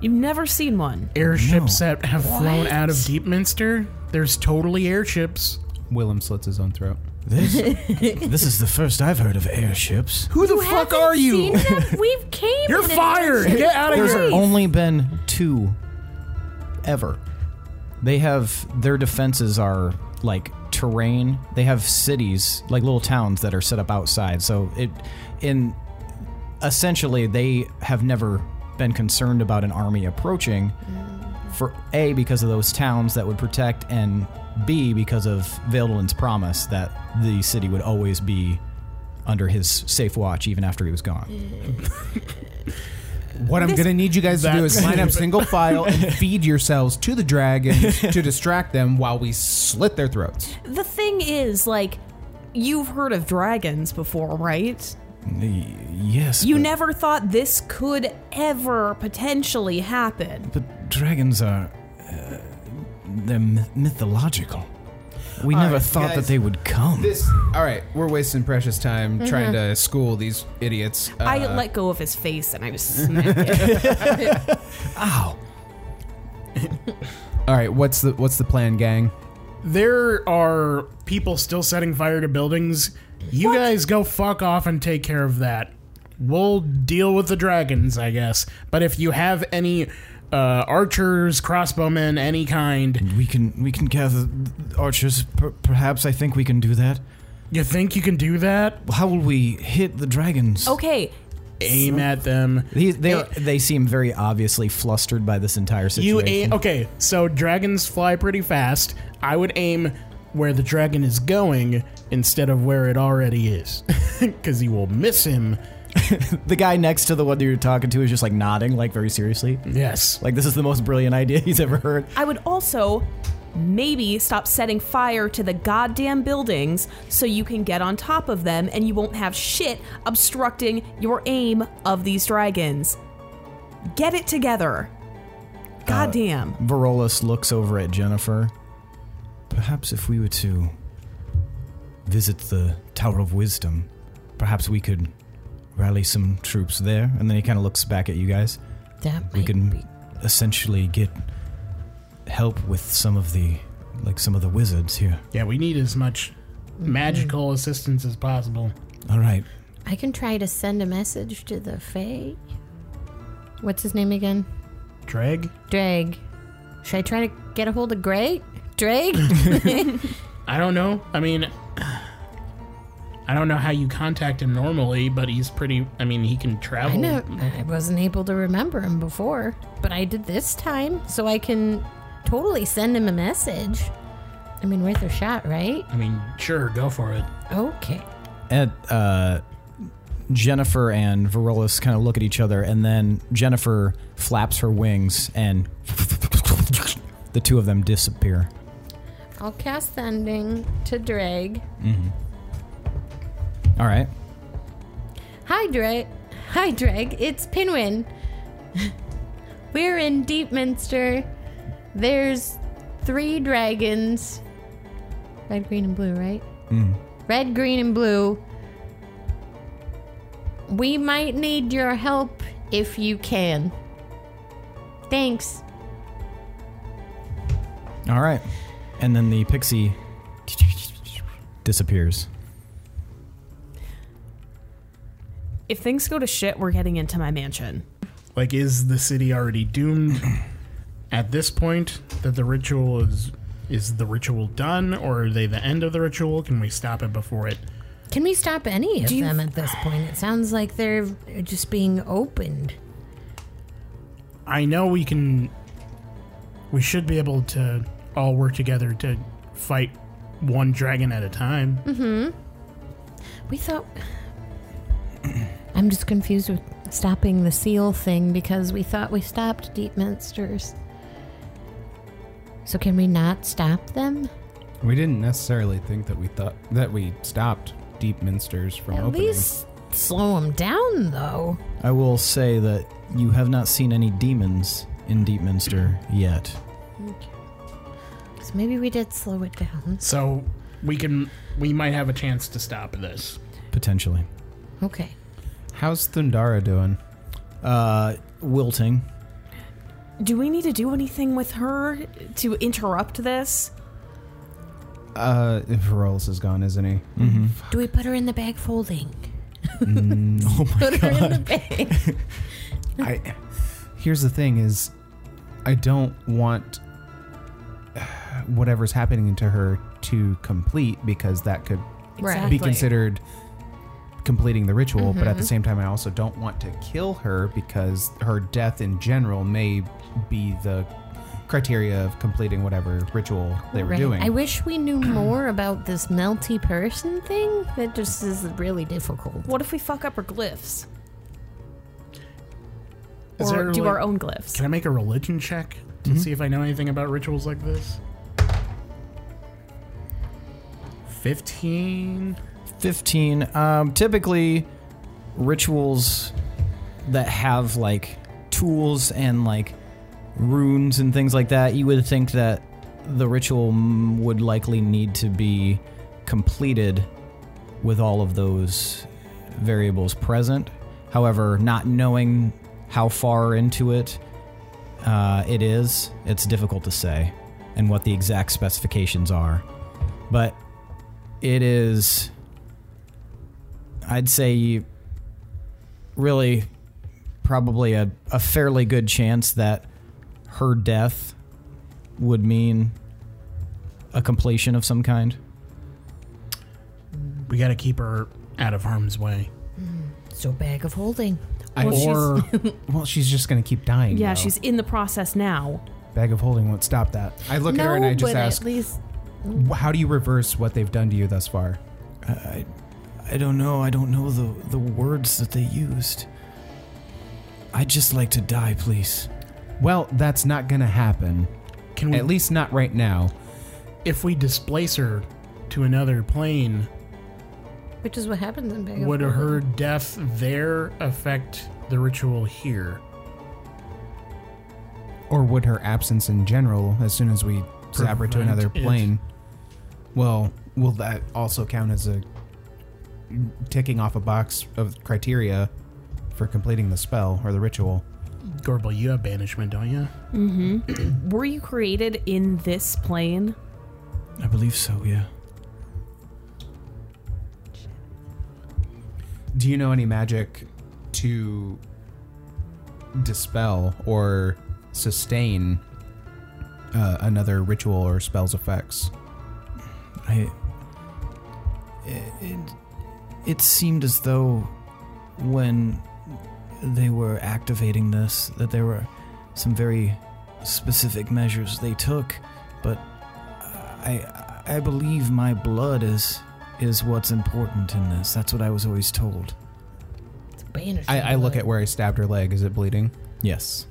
You've never seen one. Airships No. that have flown out of Deepminster? There's totally airships. Willem slits his own throat. This, this is the first I've heard of airships. Who the fuck are you? We've came. You're in an fired! airship. Get out of There's here! only been two ever. They have their defenses are like terrain. They have cities, like little towns that are set up outside. So it in essentially they have never been concerned about an army approaching for A because of those towns that would protect and B because of Valdolin's promise that the city would always be under his safe watch even after he was gone. What I'm gonna need you guys to do is line up single file and feed yourselves to the dragons to distract them while we slit their throats. The thing is, like, you've heard of dragons before, right? Y- Yes. You but- never thought this could ever potentially happen. But dragons are. Uh, they're myth- mythological. We All never right, thought that guys. they would come. This. All right, we're wasting precious time trying to school these idiots. Uh, I let go of his face and I just smacked it. Ow. all right, what's the what's the plan, gang? There are people still setting fire to buildings. You guys go fuck off and take care of that. We'll deal with the dragons, I guess. But if you have any uh, archers, crossbowmen, any kind, We can we can gather th- archers. Per- perhaps I think we can do that. you think you can do that? How will we hit the dragons? Oh. Okay, Aim at them. They they, they seem very obviously flustered by this entire You situation. aim. Okay, so dragons fly pretty fast. I would aim where the dragon is going instead of where it already is, because you will miss him. the guy next to the one that you're talking to is just like nodding, like very seriously. Yes. Like this is the most brilliant idea he's ever heard. I would also maybe stop setting fire to the goddamn buildings so you can get on top of them and you won't have shit obstructing your aim of these dragons. Get it together. Uh, Goddamn. Varolus looks over at Jennifer. Perhaps if we were to visit the Tower of Wisdom, perhaps we could rally some troops there. And then he kind of looks back at you guys. That We might can be- essentially get help with some of the like some of the wizards here. Yeah, we need as much magical assistance as possible. All right. I can try to send a message to the Fae. What's his name again? Dreg? Drag. Should I try to get a hold of Greg? Drag? I don't know. I mean, I don't know how you contact him normally, but he's pretty. I mean, he can travel. I know I wasn't able to remember him before, but I did this time, so I can totally send him a message. I mean, worth a shot, right? I mean, sure, go for it. Okay. And uh, Jennifer and Varolus kind of look at each other, and then Jennifer flaps her wings, and the two of them disappear. I'll cast sending to Drag. All right. Hi, Dreg. Hi, Dreg. It's Pinwin. We're in Deepminster. There's three dragons. Red, green, and blue, right? Red, green, and blue. We might need your help if you can. Thanks. All right. And then the pixie disappears. If things go to shit, we're getting into my mansion. Like, is the city already doomed at this point? That the ritual is is the ritual done, or are they the end of the ritual? Can we stop it before it? Can we stop any of you- them at this point? It sounds like they're just being opened. I know we can. We should be able to all work together to fight one dragon at a time. Mm-hmm. We thought. I'm just confused with stopping the seal thing because we thought we stopped Deepminsters. So can we not stop them? We didn't necessarily think that we thought that we stopped Deep Minsters from At opening. least slow them down, though. I will say that you have not seen any demons in Deepminster yet. Because maybe we did slow it down. So we can we might have a chance to stop this. Potentially. Okay. How's Thundara doing? Uh, wilting. Do we need to do anything with her to interrupt this? Uh, Varolus is gone, isn't he? Do we put her in the bag folding? Mm, Oh my Put her in the bag. I. Here's the thing: is I don't want whatever's happening to her to complete because that could Right. be considered completing the ritual. But Mm-hmm. at the same time, I also don't want to kill her because her death in general may be the criteria of completing whatever ritual they were Right. doing. I wish we knew more about this melty person thing. That just is really difficult. What if we fuck up her glyphs? Is or there, do like- our own glyphs? Can I make a religion check to see if I know anything about rituals like this? Fifteen. 15 um, typically rituals that have like tools and like runes and things like that you would think that the ritual mm, would likely need to be completed with all of those variables present however not knowing how far into it uh, it is it's difficult to say and what the exact specifications are but it is I'd say really probably a, a fairly good chance that her death would mean a completion of some kind. We gotta keep her out of harm's way. So bag of holding. I- or well, she's just gonna keep dying. yeah, though. she's in the process now. bag of holding won't stop that. I look at her and I just but ask, at least "Wh- "How do you reverse what they've done to you thus far?" I, I don't know. I don't know the, the words that they used. I'd just like to die, please. Well, that's not gonna happen. can we At least not right now. if we displace her to another plane, which is what happens in bag would of holding. her death there affect the ritual here? Or would her absence in general, as soon as we zap her to Prevent another it. plane, well, will that also count as a ticking off a box of criteria for completing the spell or the ritual? Gorbel, you have banishment, don't you? Were you created in this plane? I believe so, yeah. Do you know any magic to dispel or sustain uh, another ritual or spell's effects? I. It, it, it seemed as though when they were activating this, that there were some very specific measures they took, but I, I believe my blood is is what's important in this. That's what I was always told. It's banishment, I, I look but- at where I stabbed her leg. Is it bleeding? Yes.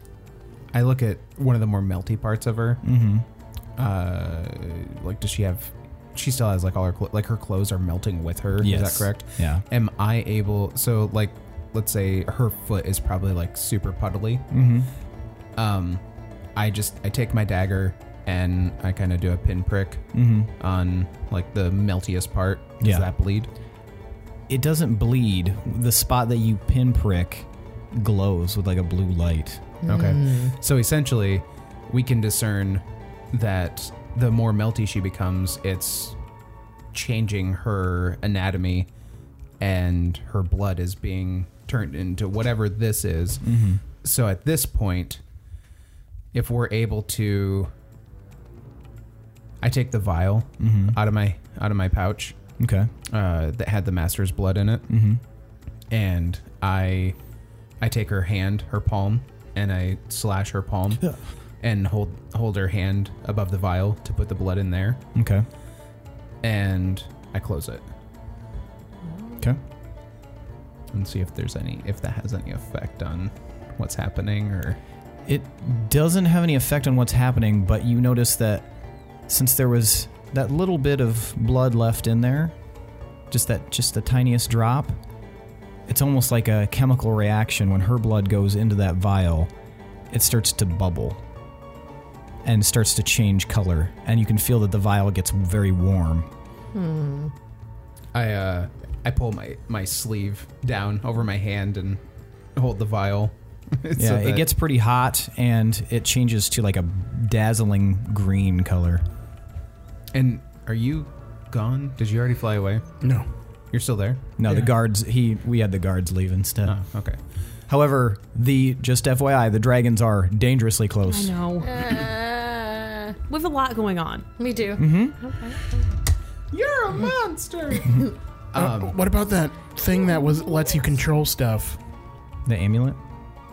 I look at one of the more melty parts of her. Mm-hmm. Uh, like, does she have? She still has like all her clo- like her clothes are melting with her. Is Yes. that correct? Yeah. Am I able? So like, let's say her foot is probably like super puddly. Mm-hmm. Um, I just I take my dagger and I kind of do a pinprick Mm-hmm. on like the meltiest part. Does Yeah. that bleed? It doesn't bleed. The spot that you pinprick glows with like a blue light. Okay. So essentially, we can discern that the more melty she becomes, it's changing her anatomy and her blood is being turned into whatever this is. So at this point, if we're able to I take the vial out of my out of my pouch Okay. uh, that had the master's blood in it, mm-hmm. and I, I take her hand, her palm, and I slash her palm, and hold hold her hand above the vial to put the blood in there, Okay. and I close it Okay. and see if there's any if that has any effect on what's happening or It doesn't have any effect on what's happening, but you notice that since there was that little bit of blood left in there, just that just the tiniest drop, it's almost like a chemical reaction when her blood goes into that vial, it starts to bubble and starts to change color, and you can feel that the vial gets very warm. I uh, I pull my my sleeve down over my hand and hold the vial. So yeah, it that- gets pretty hot and it changes to like a dazzling green color. And are you gone? Did you already fly away? No. You're still there. No, the guards. He we had the guards leave instead. Oh, okay. However, the just FYI, the dragons are dangerously I close. know. Uh, We have a lot going on. me too. Mm-hmm. You're a monster. Uh, what about that thing that was lets you control stuff? The amulet.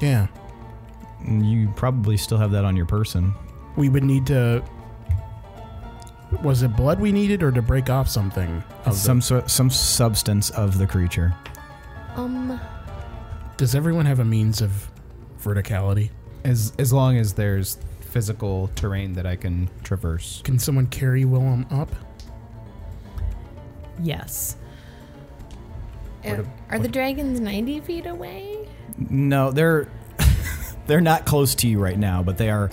Yeah. You probably still have that on your person. We would need to. Was it blood we needed, or to break off something? Of the- Some sort, some substance of the creature. Um, does everyone have a means of verticality? as as long as there's physical terrain that I can traverse. Can someone carry Willem up? Yes. uh, are the dragons 90 feet away? No, they're they're not close to you right now, but they are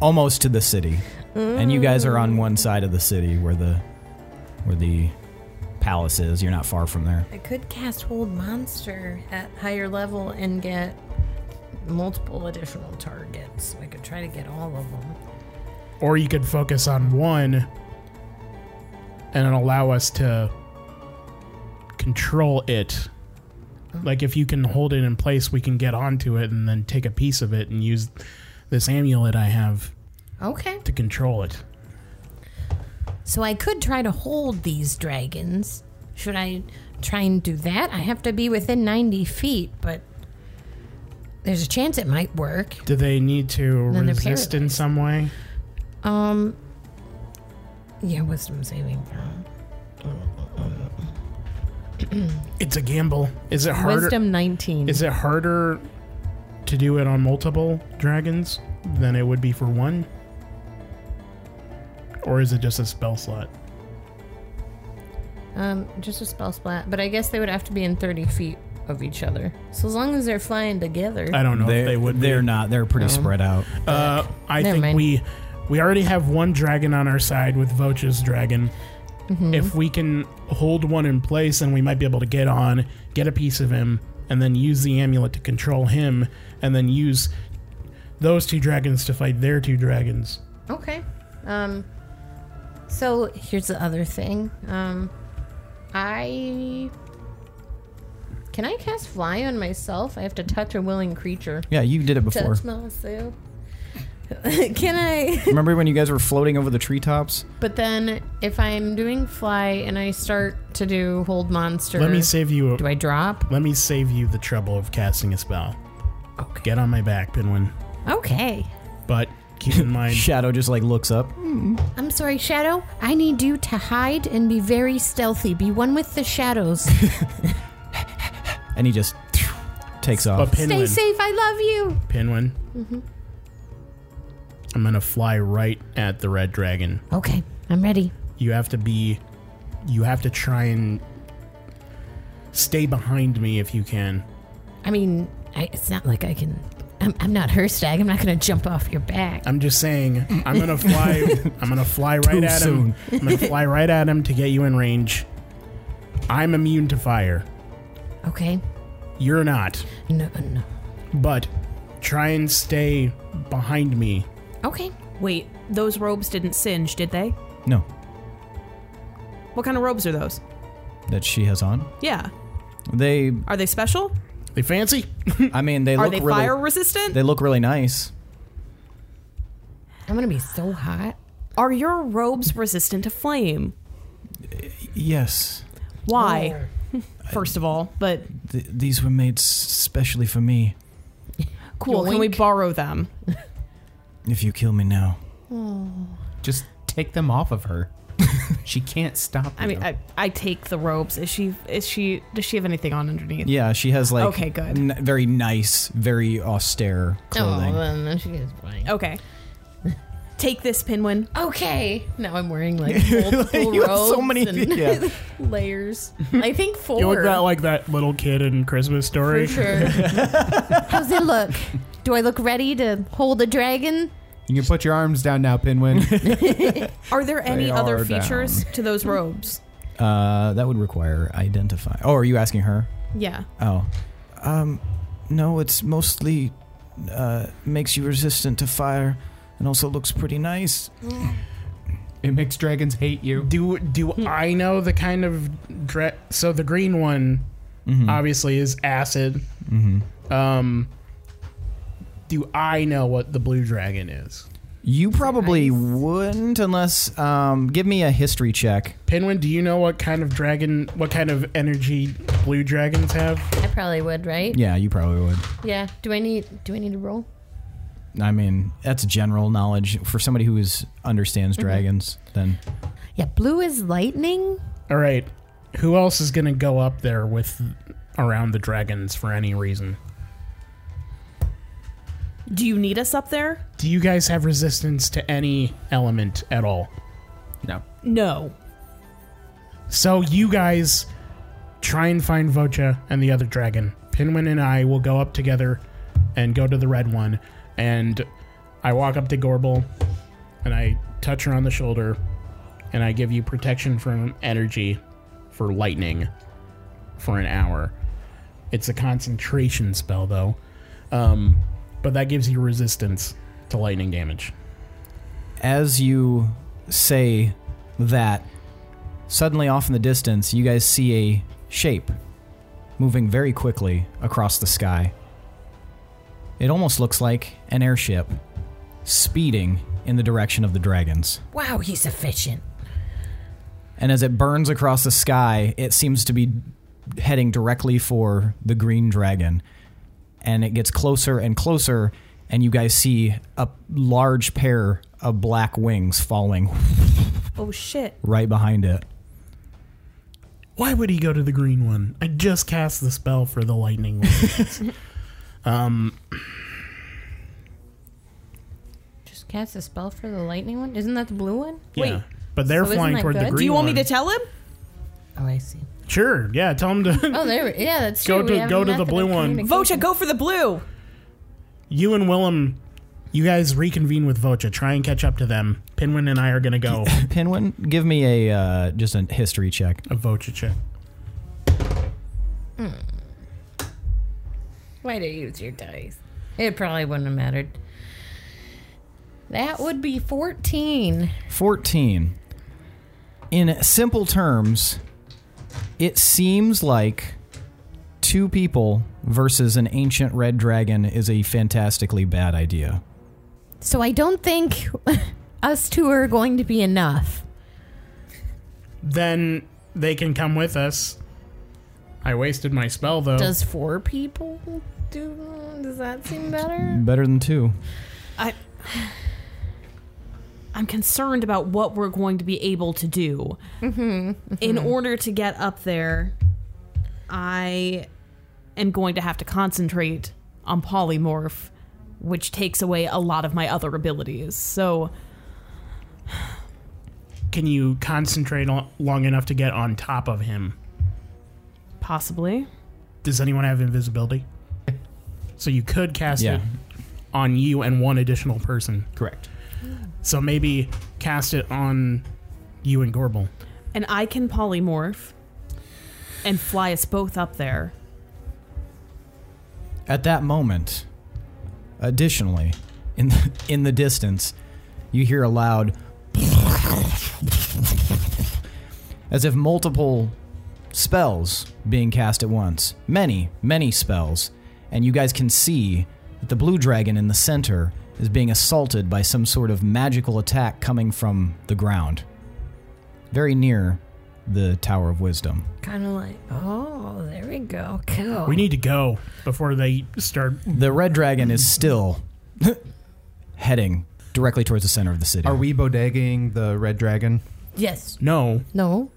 almost to the city, and you guys are on one side of the city where the where the palace is. You're not far from there. I could cast Hold Monster at higher level and get multiple additional targets. I could try to get all of them. Or you could focus on one and allow us to control it. Like if you can hold it in place, we can get onto it and then take a piece of it and use this amulet I have Okay. to control it. So I could try to hold these dragons. Should I try and do that? I have to be within 90 feet, but there's a chance it might work. Do they need to Then they're resist in some way? Um. Yeah, wisdom saving throw. It's a gamble. Is it harder? Wisdom 19. Is it harder to do it on multiple dragons than it would be for one? Or is it just a spell slot? Um, just a spell splat, but I guess they would have to be in 30 feet of each other. So as long as they're flying together. I don't know They, if they would. be. they're not. They're pretty spread out. Uh, I Never think mind. we we already have one dragon on our side with Voch's dragon. Mm-hmm. If we can hold one in place, then we might be able to get on, get a piece of him, and then use the amulet to control him, and then use those two dragons to fight their two dragons. Okay. Um, so here's the other thing. Um, I. Can I cast fly on myself? I have to touch a willing creature. Yeah, you did it before. Touch myself. can I? Remember when you guys were floating over the treetops? But then, if I'm doing fly and I start to do hold monster, Let me save you. do I drop? Let me save you the trouble of casting a spell. Okay. Get on my back, Pinwin. Okay. But keep in mind, Shadow just like looks up. I'm sorry, Shadow. I need you to hide and be very stealthy. Be one with the shadows. and he just takes but off. Stay Pinwin, safe. Mm-hmm. I love you. Pinwin. I'm gonna fly right at the red dragon. Okay, I'm ready. you have to be you have to try and stay behind me if you can I mean, I, it's not like I can. I'm, I'm not her stag. I'm not gonna jump off your back. i'm just saying i'm gonna fly i'm gonna fly right Too at him i'm gonna fly right at him to get you in range i'm immune to fire Okay. you're not No, no. but try and stay behind me Okay. Wait, those robes didn't singe, did they? No, What kind of robes are those? that she has on. Yeah. They, Are they special? they fancy I mean, they Are look they really. fire resistant? They look really nice. I'm gonna be so hot. Are your robes resistant to flame? Yes, Why? Oh. First of all, but th- these were made s- specially for me. cool. Can we Yoink. borrow them? If you kill me now, Just take them off of her. She can't stop. I mean, you. I, I take the robes. Is she? Is she? Does she have anything on underneath? Yeah, she has like Okay, good. n- very nice, very austere clothing. Oh, well, no, she is fine. Okay. Take this pinwin. Okay. Now I'm wearing like multiple You have robes so many- and yeah. layers. I think four. You look that like that little kid in Christmas for Story. sure. How's it look? Do I look ready to hold a dragon? you can put your arms down now, Pinwin. Are there any other are down. features to Hmm. those robes? Uh, that would require identify. Oh, are you asking her? Yeah. Oh, No, it's mostly uh, makes you resistant to fire and also looks pretty nice. it makes dragons hate you. Do do I know the kind of dra- so the green one obviously is acid. Um, do I know what the blue dragon is? you probably wouldn't unless. Um, give me a history check. Pinwin, do you know what kind of dragon, what kind of energy blue dragons have? I probably would, right? Yeah, you probably would. Yeah. Do I need Do I need to roll? I mean, that's general knowledge for somebody who is understands dragons. Then Yeah. Blue is lightning. All right, who else is gonna go up there with around the dragons for any reason? Do you need us up there? Do you guys have resistance to any element at all? No. No. So you guys try and find Vocha and the other dragon. Pinwin and I will go up together and go to the red one. And I walk up to Gorbel and I touch her on the shoulder and I give you protection from energy for lightning for an hour. It's a concentration spell though. Um, but that gives you resistance to lightning damage. as you say that, suddenly off in the distance, you guys see a shape moving very quickly across the sky. It almost looks like an airship speeding in the direction of the dragons. Wow, he's efficient. And as it burns across the sky, it seems to be heading directly for the green dragon. And it gets closer and closer, and you guys see a large pair of black wings falling Oh shit. right behind it. Why would he go to the green one? I just cast the spell for the lightning one. um, Just cast a spell for the lightning one. Isn't that the blue one? yeah. Wait, but they're so isn't flying that toward the good? green. Do Do you want me one. to tell him? Oh, I see. Sure. Yeah. Tell him to Oh, there. We, yeah, that's Go true. to- We haven't go to met the them blue in one. Vocha, communication. go for the blue. you and Willem. You guys reconvene with Vocha. Try and catch up to them. Pinwin and I are gonna go Pinwin, give me a uh, just a history check. a Vocha check. Why do you use your dice? It probably wouldn't have mattered. That would be 14. 14. In simple terms, it seems like two people versus an ancient red dragon is a fantastically bad idea. So I don't think us two are going to be enough. Then they can come with us. I wasted my spell though. Does four people do? Does that seem better? Better than two. I. I'm concerned about what we're going to be able to do. Mm-hmm. In order to get up there, I am going to have to concentrate on polymorph, which takes away a lot of my other abilities. So can you concentrate on, long enough to get on top of him? possibly, Does anyone have invisibility? So you could cast Yeah. it on you and one additional person. Correct. So maybe cast it on you and Gorbel. and I can polymorph and fly us both up there. At that moment, additionally, in the, in the distance, you hear a loud as if multiple spells being cast at once. Many, many spells. And you guys can see that the blue dragon in the center is being assaulted by some sort of magical attack coming from the ground. Very near the Tower of Wisdom. Kind of like, oh, there we go. Cool. We need to go before they start. The red dragon is still heading directly towards the center of the city. Are we bodegaing the red dragon? Yes. No. No.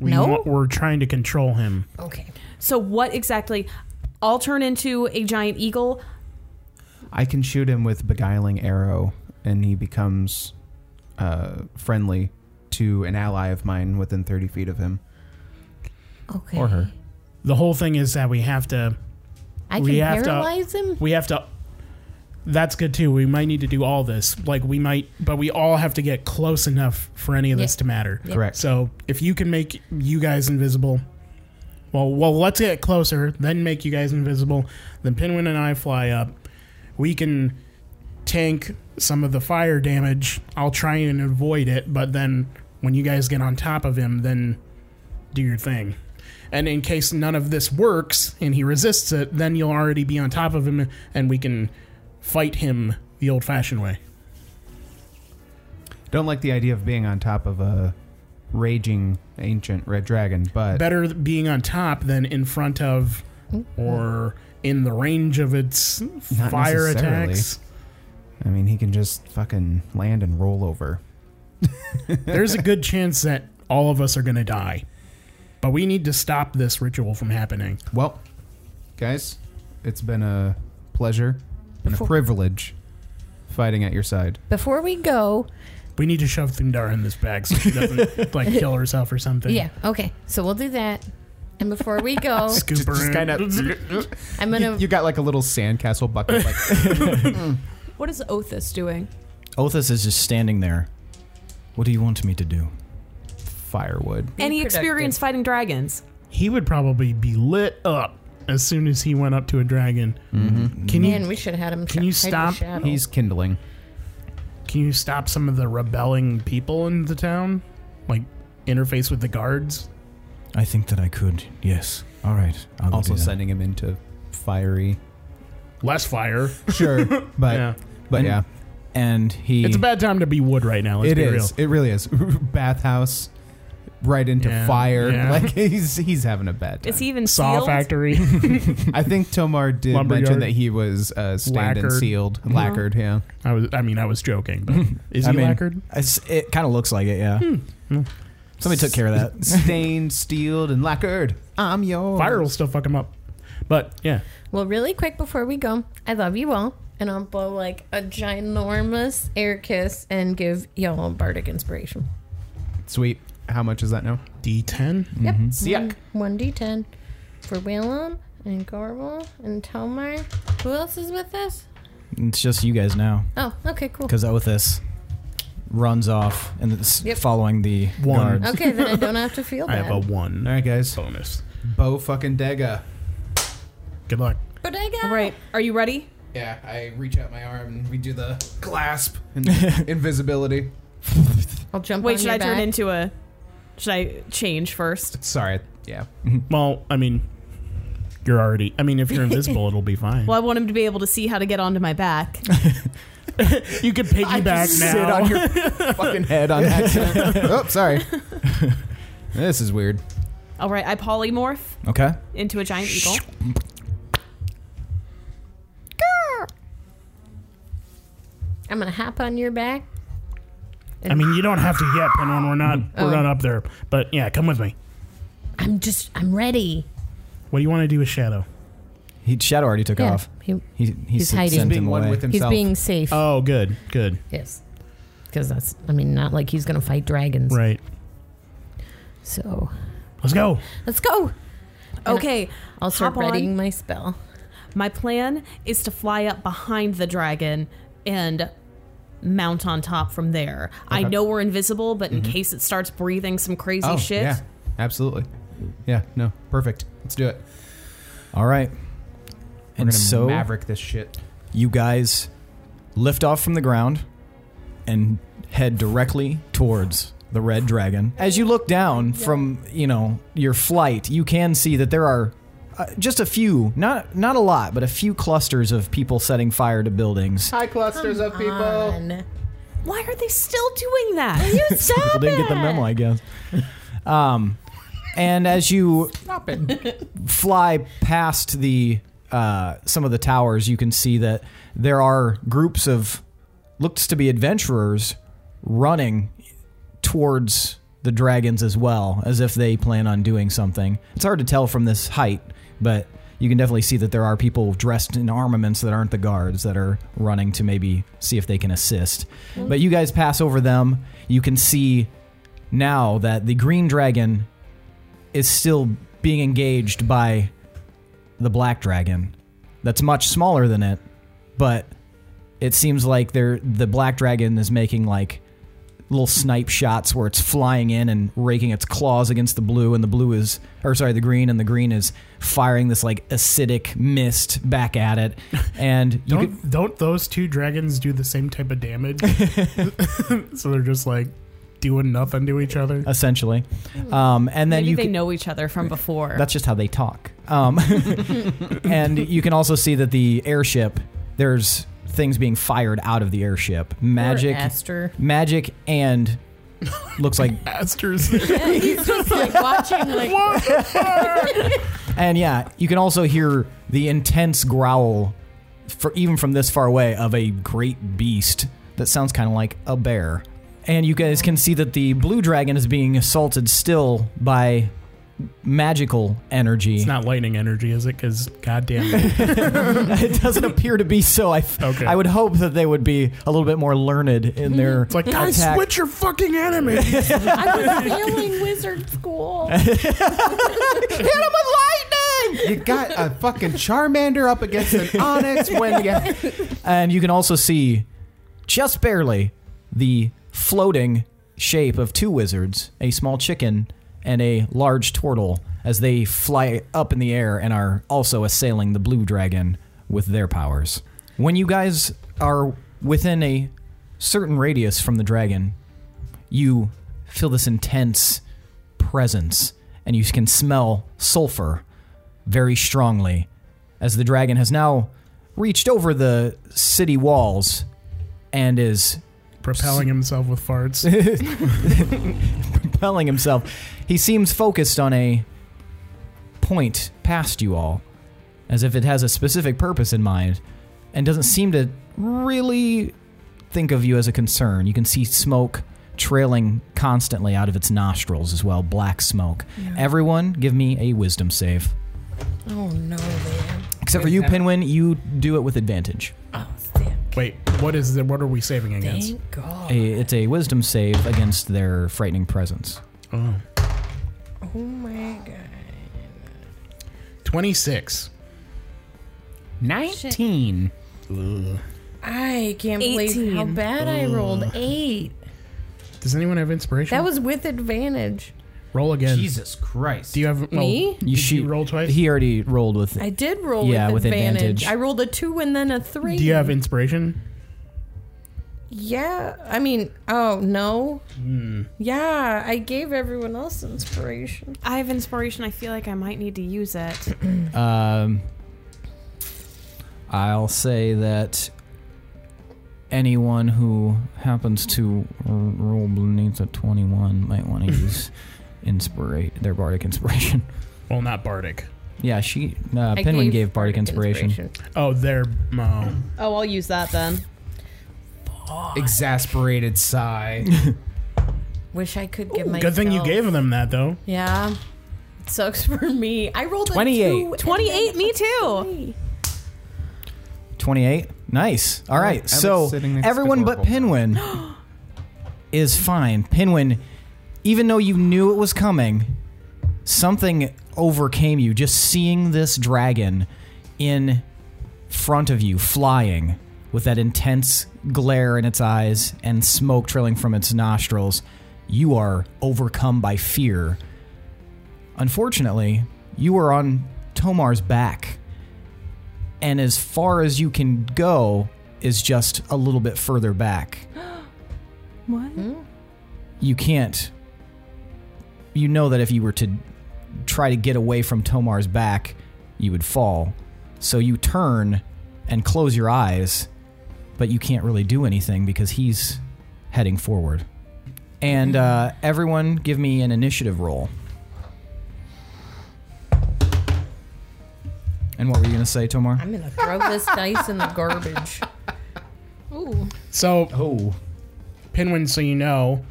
We No? want- we're trying to control him. Okay. So what exactly? I'll turn into a giant eagle. I can shoot him with beguiling arrow, and he becomes uh, friendly to an ally of mine within 30 feet of him Okay. or her. The whole thing is that we have to I can We have to- paralyze him. we have to that's good too. We might need to do all this. Like we might but we all have to get close enough for any of this Yeah. to matter. Correct. So if you can make you guys invisible, well, well, let's get closer, then make you guys invisible. Then Pinwin and I fly up. We can tank some of the fire damage. I'll try and avoid it, but then when you guys get on top of him, then do your thing. And in case none of this works and he resists it, then you'll already be on top of him, and we can fight him the old-fashioned way. Don't like the idea of being on top of a raging ancient red dragon, but better being on top than in front of or in the range of its Not fire necessarily. attacks. I mean, he can just fucking land and roll over. There's a good chance that all of us are going to die. But we need to stop this ritual from happening. Well, guys, it's been a pleasure and a Before- privilege fighting at your side. Before we go, We need to shove Thundara in this bag so she doesn't like kill herself or something. yeah. Okay. So we'll do that. And before we go, Scoop Just, her in. kind of. I'm gonna. you got like a little sandcastle bucket. Like, What is Othis doing? Othis is just standing there. What do you want me to do? firewood. Be Any productive. experience fighting dragons? He would probably be lit up as soon as he went up to a dragon. Can you man, we should have had him. Can you stop? He's kindling. can you stop some of the rebelling people in the town? Like interface with the guards? I think that I could. Yes. All right. I'll go Also do that. sending him into fiery. Less fire. Sure, but yeah. but And yeah, And he. It's a bad time to be wood right now. Let's it be is. real. It really is. Bathhouse, right into Yeah, fire. yeah. Like he's he's having a bad time. Is he even Saw sealed? factory. I think Tomar did Lumberyard. mention that he was uh, stained and Lacquered. Uh-huh. sealed, lacquered. Yeah. I was. I mean, I was joking. But is I he mean- lacquered? It's, it kind of looks like it, yeah. Hmm. Somebody took care of that. Stained, steeled, and lacquered. I'm oh. yours. Fire will still fuck him up. But yeah, Well, really quick before we go, I love you all, and I'll blow like a ginormous air kiss and give y'all bardic inspiration. Sweet. How much is that now? D10. Yep. Siak. Mm-hmm. One D ten for Whalum and Gorbel and Tomar. Who else is with us? It's just you guys now. Oh, okay, cool. Because Othis runs off and it's Yep. following the One. guards. Okay, then I don't have to feel I bad. have a one All right, guys. bonus. Bo fucking Dega. Good luck. but I got All right. Are you ready? Yeah, I reach out my arm and we do the clasp and invisibility. I'll jump. Wait, on should your I turn back. into a? Should I change first? Sorry. Yeah. Well, I mean, you're already. I mean, if you're invisible, it'll be fine. Well, I want him to be able to see how to get onto my back. you could piggyback now. Sit on your fucking head on accident. oh, sorry. This is weird. All right, I polymorph Okay. into a giant eagle. I'm gonna hop on your back. I mean, you don't have to yet, Penguin. We're not. Oh. We're not up there. But yeah, come with me. I'm just. I'm ready. What do you want to do with Shadow? He, Shadow already took Yeah, off. he- He, he he's s- hiding. sent He's him away. He's being safe. Oh, good, good. yes. Because that's. I mean, not like he's gonna fight dragons. Right. So Let's go. let's go. Okay, I'll start Hop on. readying my spell. my plan is to fly up behind the dragon and mount on top from there. I Okay. know we're invisible, but in case it starts breathing some crazy oh, shit, Yeah, absolutely. Yeah, no, perfect. Let's do it. All right. We're gonna And so maverick this shit. you guys lift off from the ground and head directly towards the red dragon. As you look down from, you know, your flight, you can see that there are uh, just a few, not not a lot, but a few clusters of people setting fire to buildings. Hi, clusters of people. Oh. On. why are they still doing that? You stop People didn't get the it! memo, I guess. Um, and as you Stop it. fly past the uh, some of the towers, you can see that there are groups of looks to be adventurers running towards the dragons as well, as if they plan on doing something. It's hard to tell from this height, but you can definitely see that there are people dressed in armaments that aren't the guards that are running to maybe see if they can assist. But you guys pass over them. You can see now that the green dragon is still being engaged by the black dragon that's much smaller than it, but it seems like they're, the black dragon is making like little snipe shots where it's flying in and raking its claws against the blue and the blue is or sorry the green and the green is firing this like acidic mist back at it and you Don't could, don't those two dragons do the same type of damage? so they're just like doing nothing to each Uh, other. essentially um, and then Maybe you they could- know each other from before. That's just how they talk. Um, and you can also see that the airship, there's things being fired out of the airship. Magic, Aster. magic, and looks like, Asters. He's just like watching like and yeah, you can also hear the intense growl, for even from this far away, of a great beast that sounds kind of like a bear. And you guys can see that the blue dragon is being assaulted still by magical energy. it's not lightning energy, is it? Because goddamn, it. it doesn't appear to be so. I, f- Okay. I would hope that they would be a little bit more learned in their it's like guys, attack. switch your fucking enemy. I was failing wizard school. You got a fucking Charmander up against an Onyx when you. And you can also see, just barely, the floating shape of two wizards, a small chicken and a large turtle, as they fly up in the air and are also assailing the blue dragon with their powers. When you guys are within a certain radius from the dragon, you feel this intense presence and you can smell sulfur very strongly as the dragon has now reached over the city walls and is Propelling himself with farts. propelling himself. He seems focused on a point past you all, as if it has a specific purpose in mind, and doesn't seem to really think of you as a concern. You can see smoke trailing constantly out of its nostrils as well, black smoke. Everyone, give me a wisdom save. Oh no, man. Except for you, Penguin, you do it with advantage. Oh, damn. Wait, what is the what are we saving against? Thank God. A, it's a wisdom save against their frightening presence. Oh, Oh my God. 26. 19. I can't believe how 18. bad I rolled. Eight. Does anyone have inspiration? That was with advantage. roll again. Jesus Christ. Do you have well, Me? You Did shoot. you roll twice? He already rolled with I did roll Yeah, with, with advantage. advantage. I rolled a two and then a three. Do you have inspiration? Yeah. I mean, oh no. Yeah, I gave everyone else inspiration. I have inspiration. I feel like I might need to use it. Um, I'll say that anyone who happens to r- roll beneath a 21 might want to use inspirate their bardic inspiration. Well, not Bardic. Yeah, she uh, I Penguin gave, bardic inspiration. Oh, they're oh. Oh, I'll use that then. Exasperated sigh. Wish I could give my. Good thing you gave them that though. Yeah. It sucks for me. I rolled a 28. two and 28, then me a too. three. 28. Nice. All I right. was So sitting next to everyone but Dorval. Penguin is fine. Penguin, even though you knew it was coming, something overcame you just seeing this dragon in front of you flying with that intense glare in its eyes and smoke trailing from its nostrils. You are overcome by fear. Unfortunately, you are on Tomar's back and as far as you can go is just a little bit further back. What? You can't. You know that if you were to try to get away from Tomar's back, you would fall. So you turn and close your eyes, but you can't really do anything because he's heading forward. And uh, everyone, give me an initiative roll. And what were you going to say, Tomar? I'm gonna Throw this dice in the garbage. So Oh. Oh, Pinwin, so you know,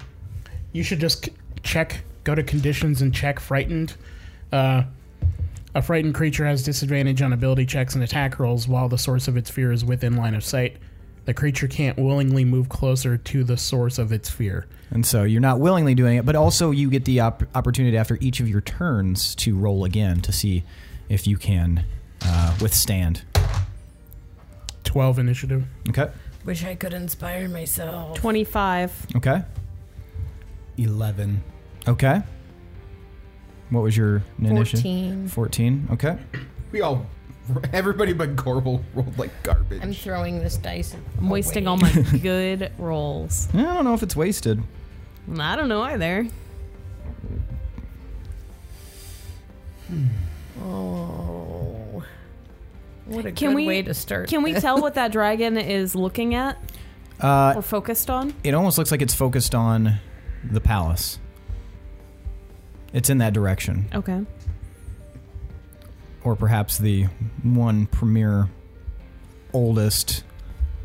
you should just c- check. Go to conditions and check frightened. Uh, a frightened creature has disadvantage on ability checks and attack rolls while the source of its fear is within line of sight. The creature can't willingly move closer to the source of its fear. And so you're not willingly doing it, but also you get the op- opportunity after each of your turns to roll again to see if you can uh, withstand. 12 initiative. Okay. Wish I could inspire myself. 25. Oh, Okay. 11. Okay. What was your initiative? 14. 14. Okay. We all, everybody but Gorbel rolled like garbage. I'm throwing this dice. I'm wasting all my good rolls. I don't know if it's wasted. I don't know either. Oh. What a Can good we- way to start. Can we this. tell what that dragon is looking at Uh, or focused on? it almost looks like it's focused on the palace. It's in that direction, Okay. or perhaps the one premier, oldest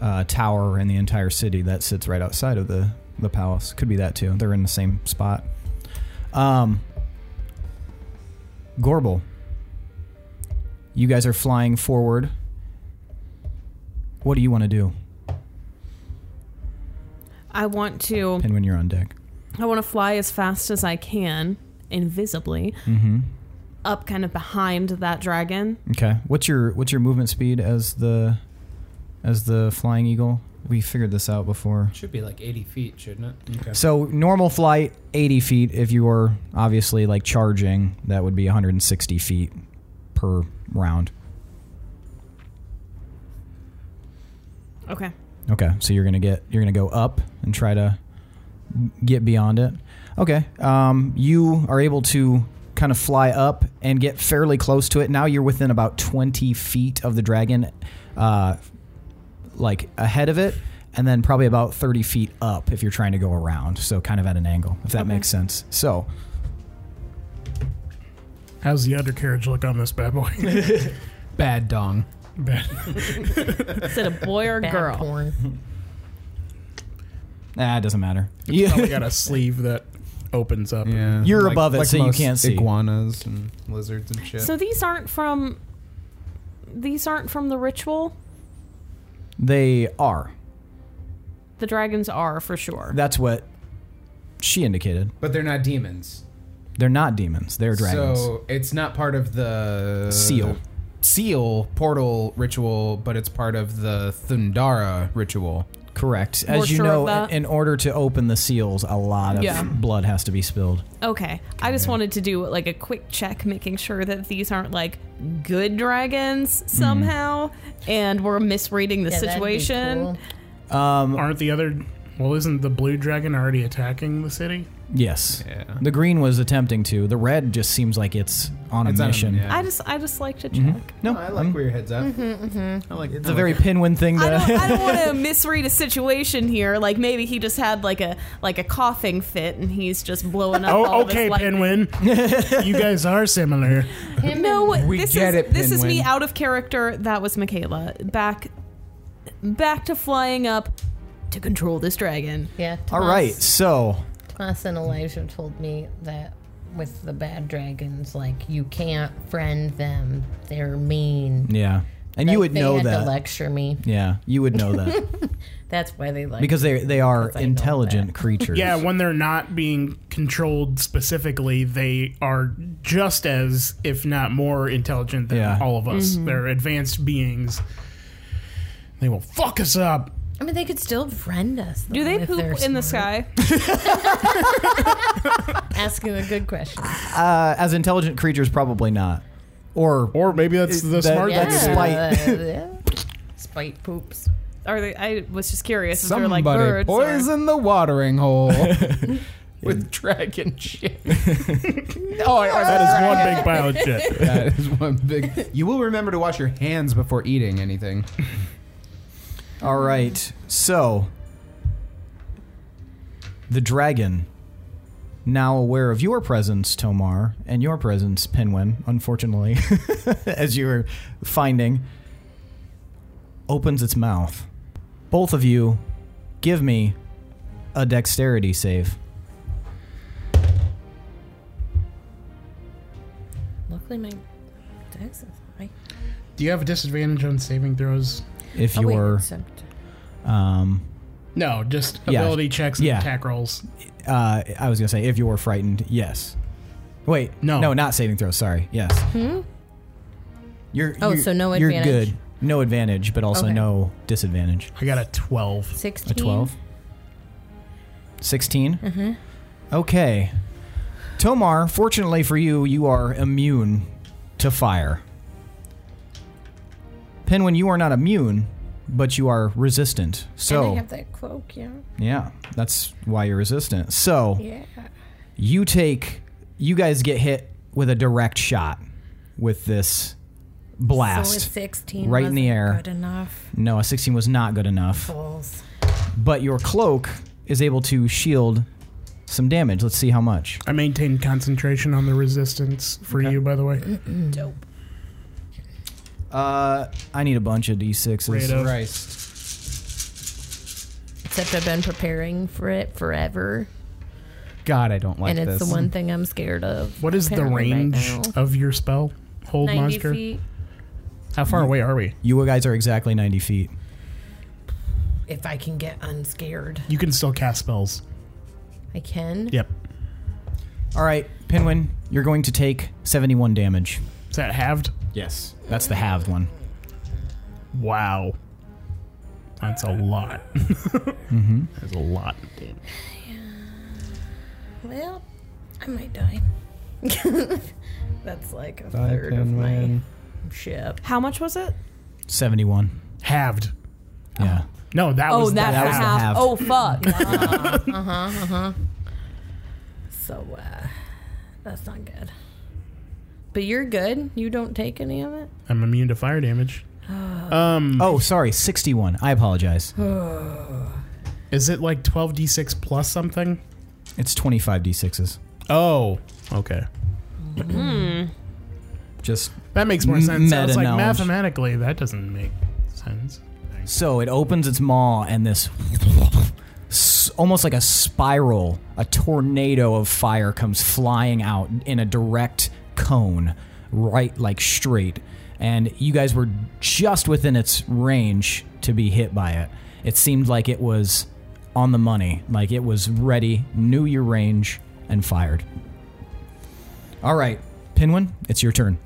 uh, tower in the entire city that sits right outside of the the palace. Could be that too. They're in the same spot. Um, Gorbel, you guys are flying forward. What do you want to do? I want to Penguin, you're on deck. I want to fly as fast as I can invisibly Mm-hmm. up kind of behind that dragon. Okay. What's your what's your movement speed as the as the flying eagle? We figured this out before. Should be like 80 feet, shouldn't it? So normal flight, 80 feet. If you are obviously like charging, that would be 160 feet per round. Okay. Okay. So you're gonna get you're gonna go up and try to get beyond it. Okay. Um, you are able to kind of fly up and get fairly close to it. Now you're within about 20 feet of the dragon, uh, like ahead of it, and then probably about 30 feet up if you're trying to go around. So kind of at an angle, if that makes sense. So How's the undercarriage look on this bad boy? Bad dong. bad. Is it a boy or Bad girl? porn. nah, it doesn't matter. Probably got a sleeve that opens up. Yeah. You're above it, so you most can't see. Iguanas and lizards and shit. So these aren't from these aren't from the ritual. They are. The dragons are for sure. That's what she indicated. But they're not demons. They're not demons. They're dragons. So it's not part of the Seal. seal portal ritual, but it's part of the Thundara ritual. Correct. More As you sure of know, that? in, in order to open the seals, a lot of Yeah. blood has to be spilled. Okay. I just wanted to do like a quick check making sure that these aren't like good dragons somehow and we're misreading the Yeah, that'd be situation. cool. um, Aren't the other. Well, isn't the blue dragon already attacking the city? Yes. Yeah. The green was attempting to. The red just seems like it's on a It's on a- mission. yeah. I just I just like to check. No, Oh, I like where your head's at. I like it's a very pinwin thing. I To, don't, I don't want to misread a situation here. Like maybe he just had like a like a coughing fit and he's just blowing up. all Oh, of his okay, lightning. Penguin. you guys are similar. No, We this get is it, this is me Pinwin. out of character. That was Michaela. Back back to flying up to control this dragon. Yeah. all right. So Tomas and Elijah told me that with the bad dragons, like you can't friend them. They're mean. yeah, and Like, you would they know had that. To lecture me. yeah, you would know that That's why they like. because they they are 'Cause I know intelligent creatures. Yeah, when they're not being controlled specifically, they are just as, if not more, intelligent than Yeah. all of us. Mm-hmm. They're advanced beings. They will fuck us up. I mean, they could still friend us. Do though, they if poop they're in the smart. sky? Asking a good question. Uh, as intelligent creatures, probably not. Or Or maybe that's the That- smart that's thing to do. spite. yeah. Spite poops. Are they? I was just curious. Is there Somebody like birds? or- poison the watering hole with dragon shit. oh, I, I, That is one big pile of shit. that is one big. You will remember to wash your hands before eating anything. All right. So the dragon, now aware of your presence, Tomar, and your presence, Pinwin, unfortunately, as you were finding, opens its mouth. Both of you, give me a dexterity save. Luckily, my dex is high. Do you have a disadvantage on saving throws? If Oh, wait, you're, it's, uh, um, No, just Yeah. ability checks and Yeah. attack rolls. uh, I was gonna say if you're frightened, yes. Wait, No. no, not saving throw. Sorry, yes. Hmm? You're Oh, you're- so no You're advantage. good. No advantage, but also Okay. no disadvantage. I got a 12. 16. A 12? 16? Mm-hmm. Okay. Tomar, fortunately for you, you are immune to fire. Penguin, you are not immune, but you are resistant. and I So, have that cloak, yeah. yeah, that's why you're resistant. So, Yeah. you take, you guys get hit with a direct shot with this blast. So a 16 Right in the wasn't air. Good enough. no, a 16 was not good enough. Balls. but your cloak is able to shield some damage. Let's see how much. I maintain concentration on the resistance for you, by the way. Uh, I need a bunch of d6s. Rado. Christ. Except I've been preparing for it forever. God, I don't like and it's this. the one thing I'm scared of. What is the apparently right range now. of your spell? Hold 90 monster. feet. How far away are we? You guys are exactly 90 feet. If I can get unscared, You can still cast spells. I can. Yep. All right, Pinwin, you're going to take 71 damage. Is that halved? Yes. That's the halved one. Wow. That's a lot. That's a lot. Well, I might die. That's like a third of my ship. How much was it? 71. Halved. Yeah. No, that Oh, was that, that was the half. half. Oh, fuck. Uh-huh, So, uh, that's not good. But you're good. You don't take any of it. I'm immune to fire damage. Um, Oh, sorry, 61. I apologize. is it like 12d6 plus something? It's 25 d6s. Oh, okay. Just That makes more sense. Sounds like Meta-knowledge. mathematically, that doesn't make sense. so it opens its maw and this s- almost like a spiral, a tornado of fire comes flying out in a direct cone, right like straight. And you guys were just within its range to be hit by it. It seemed like it was on the money, like it was ready, knew your range, and fired. All right, Pinwin, it's your turn.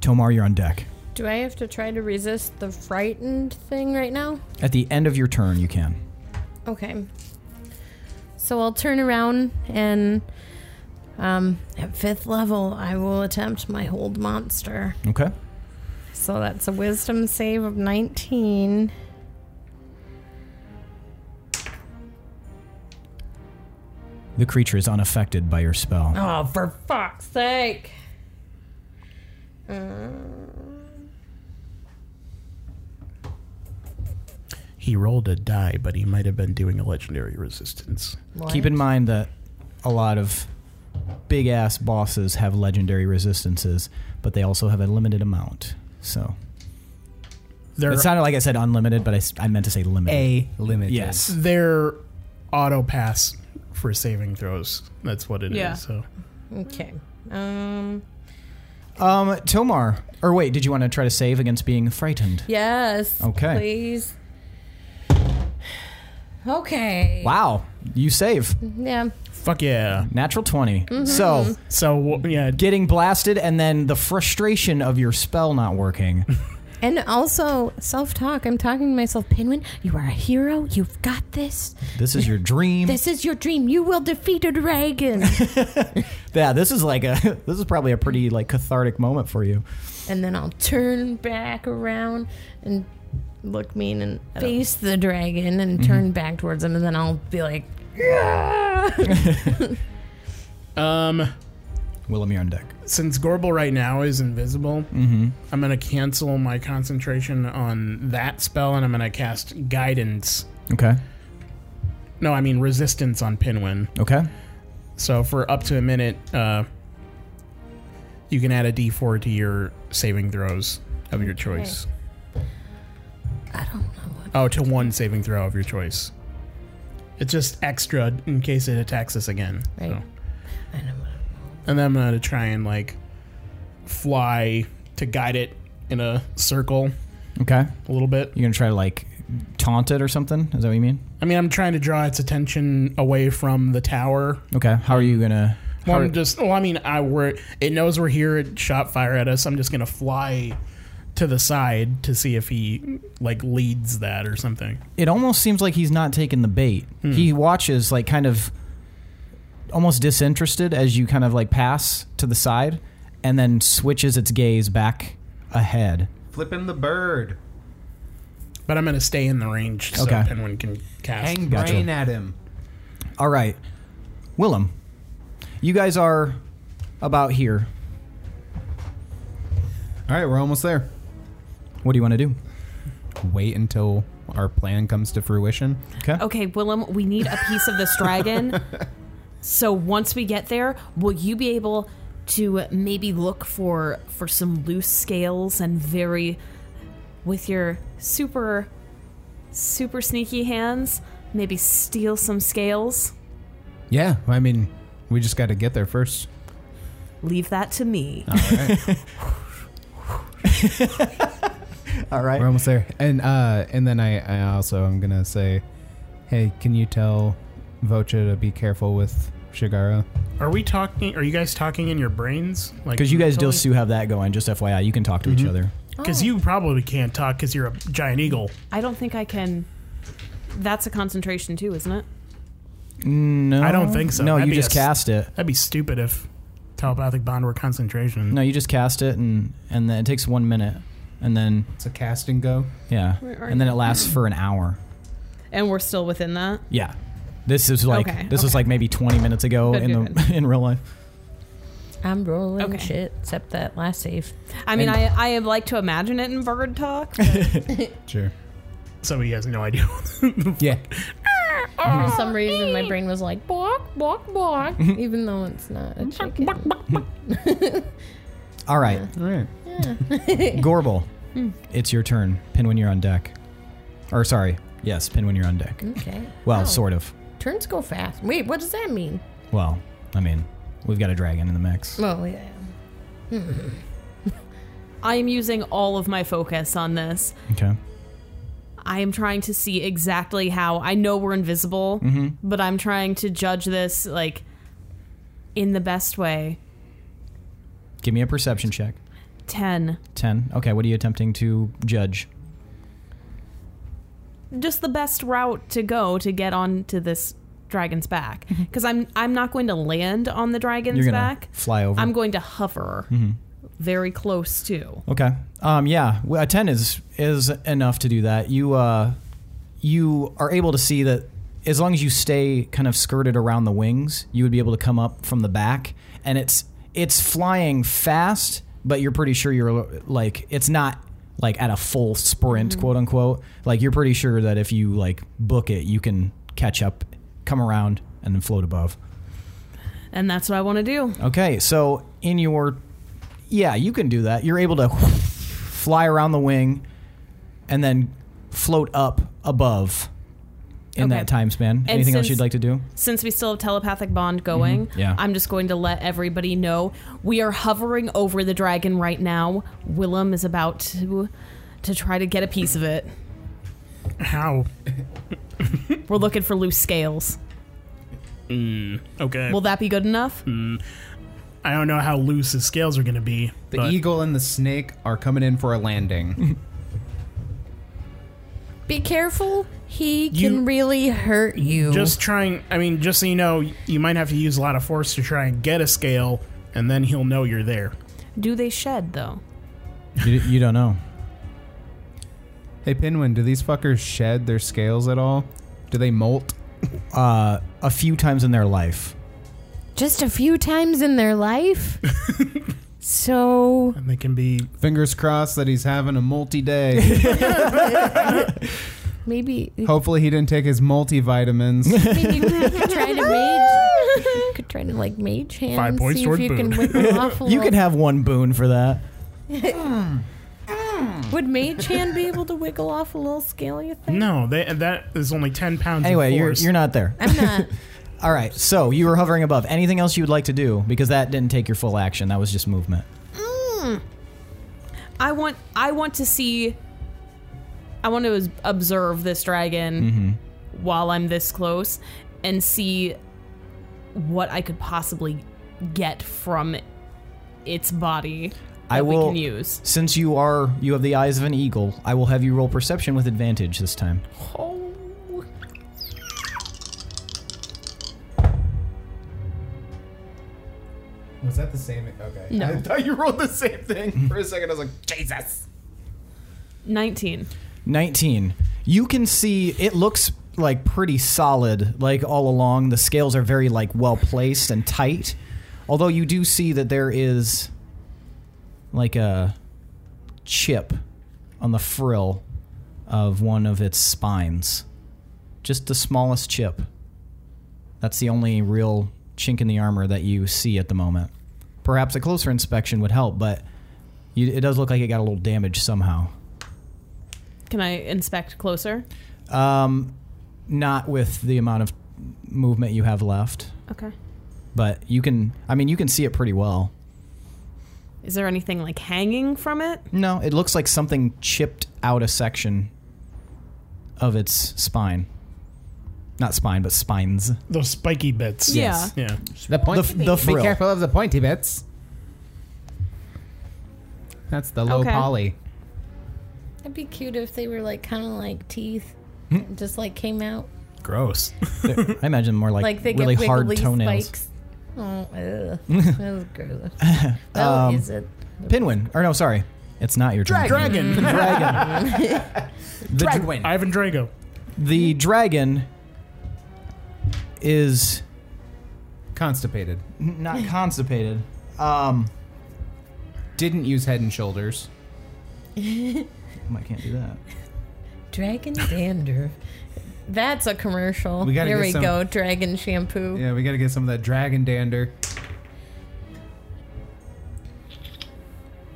Tomar, you're on deck. Do I have to try to resist the frightened thing right now? At the end of your turn, you can. Okay. So I'll turn around and um, at fifth level, I will attempt my hold monster. Okay. So that's a wisdom save of 19. The creature is unaffected by your spell. Oh, for fuck's sake. He rolled a die, but he might have been doing a legendary resistance. Keep in mind that a lot of big ass bosses have legendary resistances, but they also have a limited amount. So Their, it sounded like I said unlimited, but I s- I, meant to say limited. A limited. Yes. their auto pass for saving throws. That's what it is. Yeah. So Okay. Um, Um, Tomar, or wait, did you want to try to save against being frightened? yes. Okay. Please. Okay. Wow, you save Yeah. fuck yeah. natural 20 So So wh- yeah, getting blasted, and then the frustration of your spell not working. And also, self talk. I'm talking to myself, Pinwin, you are a hero. You've got this. this is your dream. This is your dream. You will defeat a dragon. yeah, this is like a this is probably a pretty like cathartic moment for you. and then I'll turn back around and look mean and face the dragon and turn back towards him. And then I'll be like, um, Willem, you're on deck. since Gorbel right now is invisible, I'm gonna cancel my concentration on that spell, and I'm gonna cast guidance. Okay. No, I mean resistance on Pinwin. Okay. So for up to a minute, uh, you can add a D4 to your saving throws of your choice. I don't know what. Oh, to one saving throw of your choice. It's just extra in case it attacks us again. Right. So. I don't know. And then I'm gonna try and like fly to guide it in a circle Okay. a little bit. You're gonna try to like taunt it or something? Is that what you mean? I mean, I'm trying to draw its attention away from the tower. Okay. How are you gonna? Well, I'm just. Well, I mean, I were. It knows we're here. It shot fire at us. I'm just gonna fly to the side to see if he like leads that or something. It almost seems like he's not taking the bait. He watches like kind of almost disinterested as you kind of like pass to the side, and then switches its gaze back ahead. Flipping the bird. But I'm gonna stay in the range so Okay. Penguin can cast. Hang Gotcha. brain at him. All right, Willem, you guys are about here. All right, we're almost there. What do you want to do? Wait until our plan comes to fruition. Okay, Willem, we need a piece of this dragon. so once we get there, will you be able to maybe look for for some loose scales and very with your super super sneaky hands, maybe steal some scales? Yeah, I mean, we just got to get there first. Leave that to me. All right. We're almost there. And uh, and then I, I also am gonna say, hey, can you tell Vocha to be careful with Shigara? Are we talking? Are you guys talking in your brains? Like Because you guys mentally? still still have that going. Just FYI, you can talk to each other. Because you probably can't talk because you're a giant eagle. I don't think I can That's a concentration too, isn't it? No, I don't think so. No, That'd you be a just s- cast it. That'd be stupid if telepathic bond were concentration. No, you just cast it, and and then it takes one minute, and then It's a cast and go. yeah, Where are and then it lasts for an hour. And we're still within that. Yeah, this is like Okay, this was okay. like maybe twenty minutes ago Good, in good, the in real life. I'm rolling Okay. shit, except that last save. I mean, I I like to imagine it in bird talk. Sure. So he has no idea. Yeah. Oh, For some reason, my brain was like, "Bark, bark, bark," even though it's not a chicken. All right, All right. Gorbel, Hmm. it's your turn. Pin when you're on deck, or sorry, yes, pin when you're on deck. Okay. Well, Oh, sort of. Turns go fast. Wait, what does that mean? Well, I mean, we've got a dragon in the mix. Oh, yeah. I am using all of my focus on this. Okay. I am trying to see exactly how I know we're invisible, Mm-hmm. but I'm trying to judge this like in the best way. Give me a perception check. 10. Ten. Okay, what are you attempting to judge? Just the best route to go to get onto this dragon's back because I'm I'm not going to land on the dragon's Mm-hmm. You're gonna Uh-huh. Mm-hmm. back. fly over. I'm going to hover. Very close to. Okay. Um, yeah, well, a ten is is enough to do that. You uh, you are able to see that as long as you stay kind of skirted around the wings, you would be able to come up from the back, and it's it's flying fast, but you're pretty sure you're like it's not like at a full sprint, quote unquote. Like you're pretty sure that if you like book it, you can catch up, come around, and then float above. And that's what I want to do. Okay, so in your yeah, you can do that. You're able to fly around the wing and then float up above in Okay. that time span. Anything else since- you'd like to do? since we still have telepathic bond going, Mm-hmm. Yeah. I'm just going to let everybody know we are hovering over the dragon right now. Willem is about to to try to get a piece of it. How? We're looking for loose scales. Okay. Will that be good enough? Hmm. I don't know how loose his scales are going to be. The but eagle and the snake are coming in for a landing. Be careful. He can You- really hurt you. Just trying. I mean, just so you know, you might have to use a lot of force to try and get a scale, and then he'll know you're there. Do they shed though? You, you don't know. hey, Pinwin, do these fuckers shed their scales at all? Do they molt? Uh, a few times in their life. Just a few times in their life. so And they can be. Fingers crossed that he's having a multi day. maybe Hopefully, he didn't take his multivitamins. maybe you could try to mage. you Could try to like mage hand. Five points see if toward you Boone. can whittle off a You little- could have one boon for that. Would mage hand be able to wiggle off a little scale? You think? No, they, that is only ten pounds. Anyway, of you're, force. you're not there. I'm not. All right, so you were hovering above. Anything else you would like to do? Because that didn't take your full action. That was just movement. I want I want to see I want to obs- observe this dragon Mm-hmm. while I'm this close and see what I could possibly get from its body that I we will- can use. Since you are you have the eyes of an eagle, I will have you roll perception with advantage this time. Was that the same? Okay. No. I thought you rolled the same thing for a second. I was like, Jesus. 19. 19. You can see it looks like pretty solid like all along. The scales are very like well placed and tight. Although you do see that there is like a chip on the frill of one of its spines. Just the smallest chip. That's the only real chink in the armor that you see at the moment. Perhaps a closer inspection would help, but you, it does look like it got a little damage somehow. Can I inspect closer? Um, not with the amount of movement you have left, Okay. but you can. I mean, you can see it pretty well. Is there anything like hanging from it? No, it looks like something chipped out a section of its spine. Not spine, but spines. Those spiky bits. Yes. Yeah. The The, point. be the frill. careful of the pointy bits. That's the low Okay. poly. It'd be cute if they were like kind of like teeth, Hmm. and just like came out Gross. I imagine more like, like, they really get hard wiggly toenails. spikes. Oh, ugh. that was gross. Oh, Um, is it? Pinwin, or no, sorry, it's not your turn. Dragon. Dragon. the, dr- Dragwin. Ivan Drago. the dragon is Constipated. n- not constipated. Um, Didn't use head and shoulders. Oh, I can't do that. Dragon dander. That's a commercial. We gotta Here get we some- go. Dragon shampoo. Yeah, we gotta get some of that dragon dander.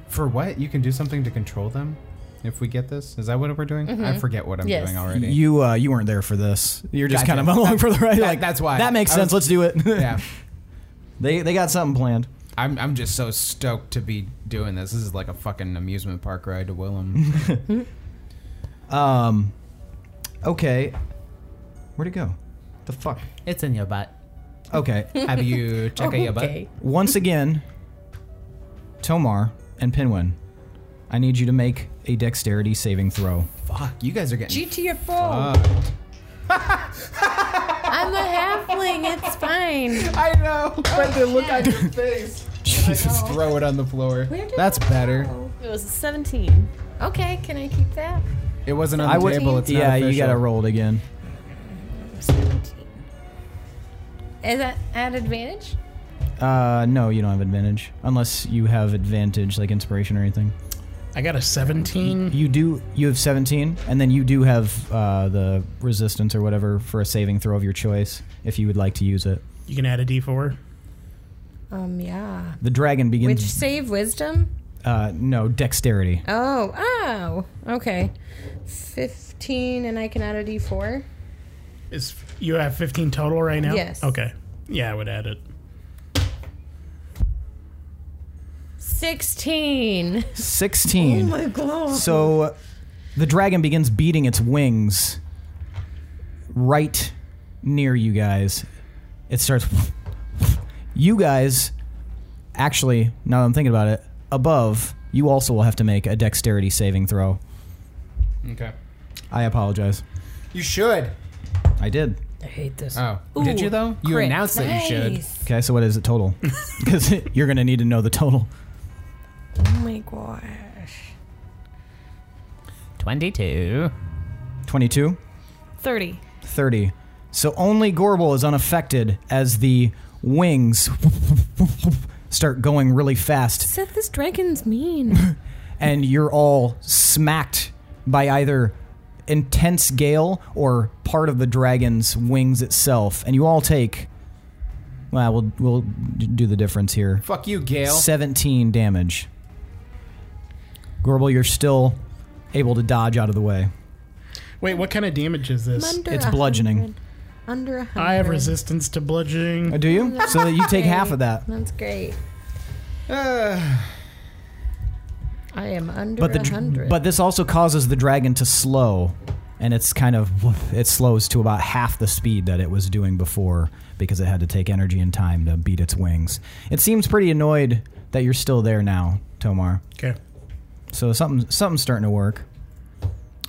For what? You can do something to control them? If we get this? Is that what we're doing? Mm-hmm. I forget what I'm Yes. doing already. You uh, you weren't there for this. You're just Gotcha. kind of along for the ride. That- like that's why. That makes I sense. Let's do it. yeah. they they got something planned. I'm, I'm just so stoked to be doing this. This is like a fucking amusement park ride to Willem. Um, okay. Where'd it go? The fuck. It's in your butt. Okay. Have you check your butt? Oh, Okay. Once again, Tomar and Pinwin, I need you to make a dexterity saving throw. Fuck, you guys are getting GTFO. fucked. I'm a halfling. It's fine. I know, but the look on your face. Jesus, throw it on the floor. Where did That's that better. go? It was 17. Okay, can I keep that? It wasn't on the I would. table. It's not yeah, you official. gotta roll it again. 17. Is that at advantage? Uh, no, you don't have advantage unless you have advantage like inspiration or anything. I got a 17. You do. You have 17, and then you do have uh, the resistance or whatever for a saving throw of your choice if you would like to use it. You can add a d4. Um, yeah. The dragon Which begins. save wisdom? uh, no, dexterity. Oh, oh, okay. 15, and I can add a d4. Is you have 15 total right now? Yes. Okay. Yeah, I would add it. 16. Oh Oh 16. So the dragon begins beating its wings right near you guys. It starts. You guys, actually, now that I'm thinking about it, above, you also will have to make a dexterity saving throw. Okay. I apologize. You should. I did. I hate this. Oh, did you though? You crit. announced that you should. Okay, so what is it total? Because you're going to need to know the total. Oh my gosh. 22. 22? 30. 30. So only Gorbel is unaffected as the wings start going really fast, Seth, this dragon's mean. and you're all smacked by either intense gale or part of the dragon's wings itself, and you all take. Well, we'll we'll d- do the difference here. Fuck you, Gail. 17 damage. Gorbel, you're still able to dodge out of the way. Wait, what kind of damage is I'm this? under It's 100. bludgeoning. Under 100. I have resistance to bludgeoning. Uh, Do you? So that you take half of that. That's great. I am under But the a dr- hundred. but this also causes the dragon to slow, and it's kind of it slows to about half the speed that it was doing before because it had to take energy and time to beat its wings. It seems pretty annoyed that you're still there now, Tomar. Okay. So something something's starting to work.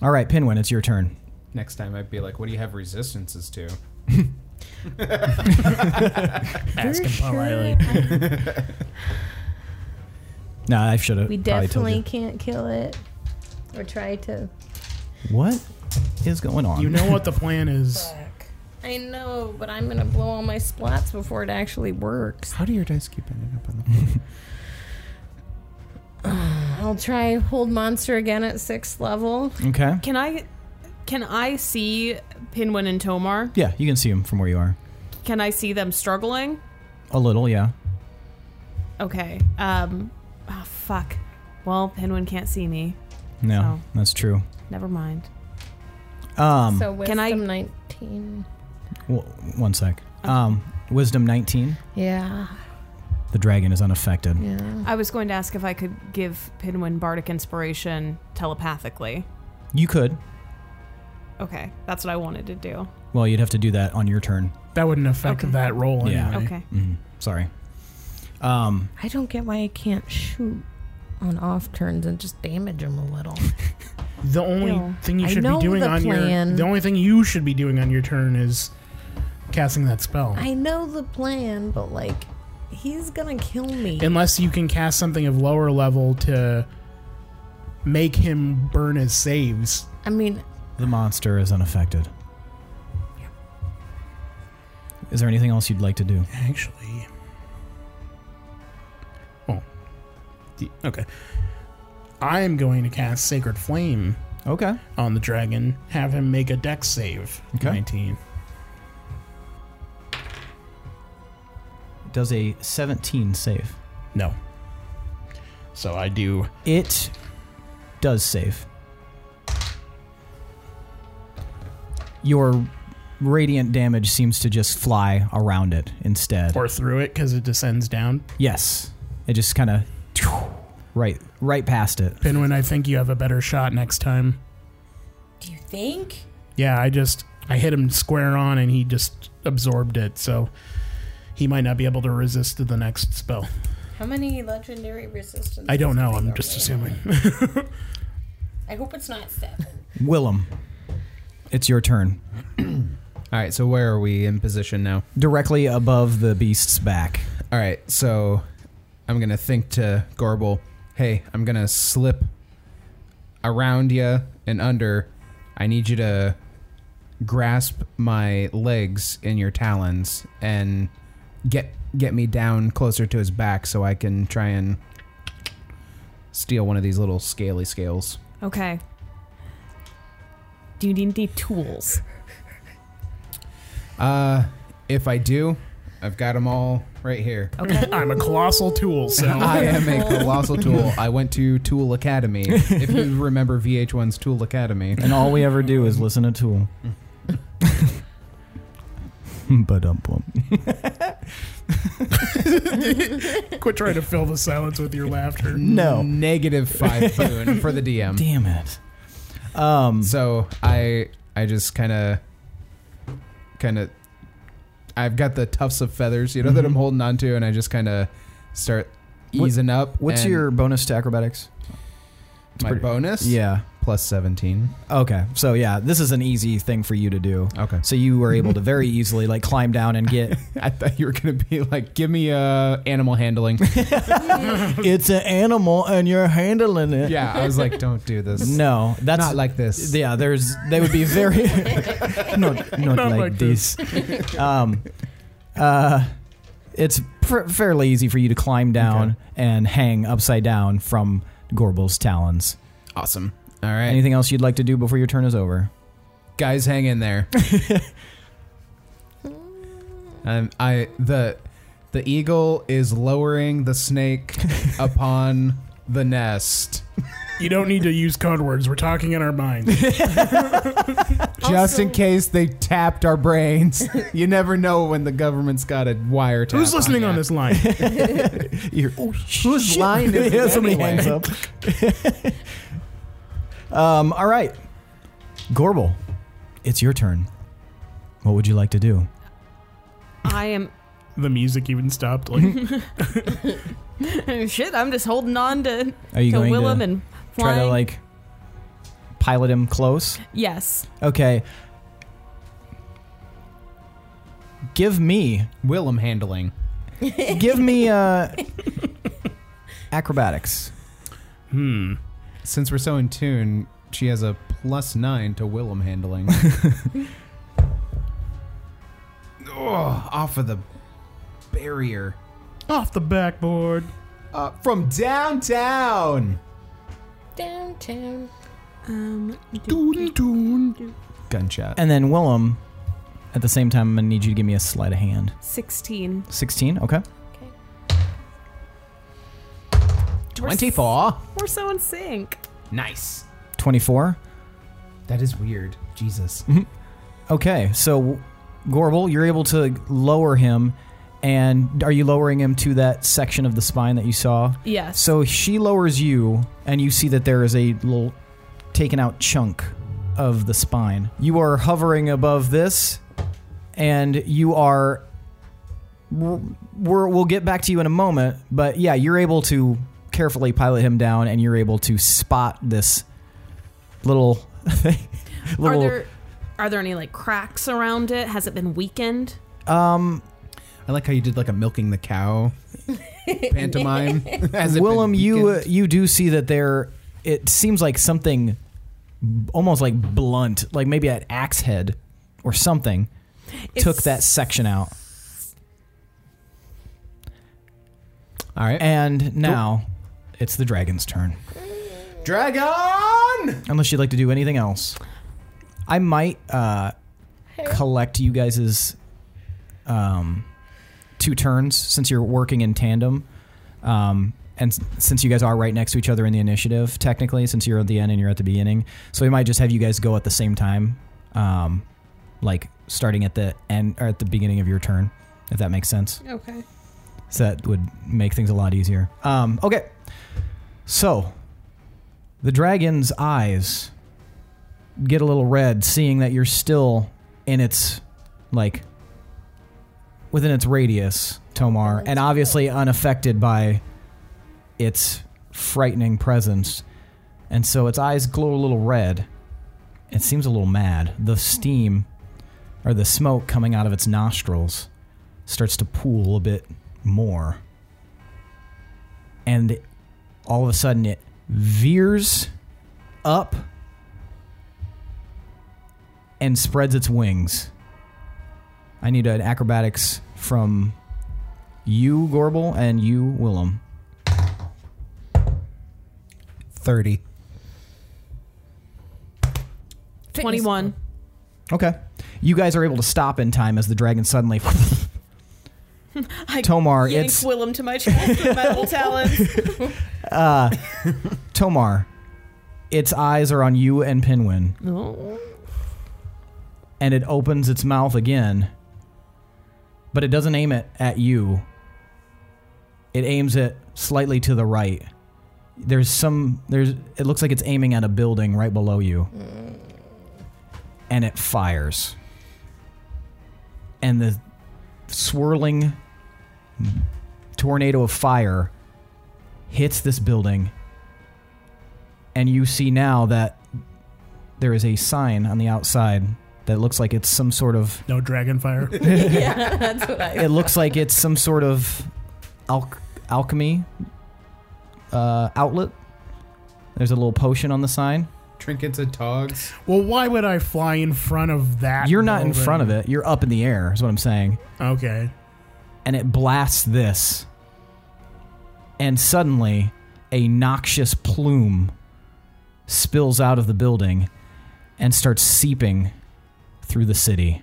All right, Pinwin, it's your turn. Next time I'd be like, what do you have resistances to? Ask him politely. No, I should have. we probably told definitely you. can't kill it or try to. What is going on? You know what the plan is. I know, but I'm gonna blow all my splats before it actually works. How do your dice keep ending up on the floor? I'll try hold monster again at sixth level. Okay. Can I can I see Pinwin and Tomar? Yeah, you can see him from where you are. Can I see them struggling? A little, yeah. Okay. Um oh, fuck. Well, Pinwin can't see me. No, So. that's true. Never mind. Um, so wisdom can I- 19. w- one sec. Um, wisdom 19. Yeah, The dragon is unaffected. yeah. I was going to ask if I could give Pinwin bardic inspiration telepathically. You could. Okay, that's what I wanted to do. Well, you'd have to do that on your turn. That wouldn't affect Okay. that roll Yeah. anyway. Okay. Mhm. Sorry. Um, I don't get why I can't shoot on off turns and just damage them a little. The only Ew. thing you I should be know doing the on plan. your the only thing you should be doing on your turn is casting that spell. I know the plan, but like, he's gonna kill me. Unless you can cast something of lower level to make him burn his saves. I mean, the monster is unaffected. Is there anything else you'd like to do? Actually. Oh. The- Okay. I am going to cast Sacred Flame Okay. on the dragon, have him make a dex save. Okay. 19. Does a 17 save? No. So I do It does save. Your radiant damage seems to just fly around it instead. or through it because it descends down. yes. It just kind of right right past it. Pinwin, I think you have a better shot next time. Do you think? Yeah, I just I hit him square on and he just absorbed it, so he might not be able to resist to the next spell. How many legendary resistance? I don't know. I'm just assuming. I hope it's not seven. Willem, it's your turn. All right, so where are we in position now? Directly above the beast's back. All right, so I'm gonna think to Gorbel. Hey, I'm gonna slip around you and under. I need you to grasp my legs in your talons and get get me down closer to his back so I can try and steal one of these little scaly scales. Okay. Do you need any tools? Uh, if I do, I've got them all right here. I'm a colossal tool, so I am a colossal tool. I went to Tool Academy. If you remember VH1's Tool Academy. And all we ever do is listen to Tool. But um, quit trying to fill the silence with your laughter. No. Negative five boon for the DM. damn it. Um, So I I just kind of kind of I've got the tufts of feathers, you know, that I'm holding on to, and I just kind of start Mm-hmm. What- easing up. what's and your bonus to acrobatics? my pretty- bonus? Yeah. plus seventeen. Okay. So yeah, this is an easy thing for you to do. Okay. So you were able to very easily like climb down and get I thought you were gonna be like, give me uh animal handling. it's an animal and you're handling it. yeah, I was like, don't do this. No, that's not like this. yeah, there's they would be very not, not like, like this. um uh it's pr- fairly easy for you to climb down Okay. and hang upside down from Gorbel's talons. awesome. All right, Anything else you'd like to do before your turn is over? guys hang in there um, i the the eagle is lowering the snake upon the nest. You don't need to use code words. We're talking in our minds. Just in case they tapped our brains. you never know when the government's got a wiretap. Who's listening on ya. this line? Who's lying? yeah, somebody hangs up. um, all right, Gorbel, it's your turn. What would you like to do? I am. the music even stopped. Like, Shit, I'm just holding on to, Are you to going Willem to and flying. try to like pilot him close? yes. Okay. Give me, Willem handling. give me uh, acrobatics. hmm. Since we're so in tune, she has a plus nine to Willem handling. oh, off of the barrier. Off the backboard. Uh, from downtown. Downtown. Um, Gunshot. And then Willem, at the same time, I'm gonna need you to give me a sleight of hand. 16. 16, okay. We're s- 24. We're so in sync. Nice. 24. That is weird. Jesus. Mm-hmm. Okay, so Gorbel, you're able to lower him, and are you lowering him to that section of the spine that you saw? Yes. So she lowers you, and you see that there is a little taken out chunk of the spine. You are hovering above this, and you are. We're, we're- we'll get back to you in a moment, but yeah, you're able to carefully pilot him down, and you're able to spot this little thing. are little there are there any like cracks around it? Has it been weakened? um I like how you did like a milking the cow pantomime. Has it Willem, been you uh, weakened? you do see that there. It seems like something b- almost like blunt, like maybe an axe head or something, took It's- that section out. All right. And now it's the dragon's turn. Dragon! Unless you'd like to do anything else, I might uh, collect you guys' um, two turns since you're working in tandem. Um, and s- since you guys are right next to each other in the initiative, technically, since you're at the end and you're at the beginning, so we might just have you guys go at the same time, um, like starting at the end or at the beginning of your turn, if that makes sense. Okay. So that would make things a lot easier. Um, okay. So the dragon's eyes get a little red, seeing that you're still in its, like, within its radius, Tomar, and obviously unaffected by its frightening presence. And so its eyes glow a little red. It seems a little mad. The steam or the smoke coming out of its nostrils starts to pool a bit more. And all of a sudden it veers up and spreads its wings. I need an acrobatics from you, Gorbel, and you, Willem. 30. Twenty one. Okay. You guys are able to stop in time as the dragon suddenly. Tomar, yank it's- Willem to my chest with my little talons. Tomar, its eyes are on you and Pinwin. Oh. and it opens its mouth again, but it doesn't aim it at you. It aims it slightly to the right. There's some there's it looks like it's aiming at a building right below you. And it fires. And the swirling tornado of fire hits this building. And you see now that there is a sign on the outside that looks like it's some sort of No dragon fire. yeah, that's what I. it looks like it's some sort of al- alchemy uh, outlet. There's a little potion on the sign. Trinkets and togs. Well, why would I fly in front of that? You're not in building? front of it. You're up in the air, is what I'm saying. Okay. And it blasts this. And suddenly, a noxious plume spills out of the building and starts seeping through the city.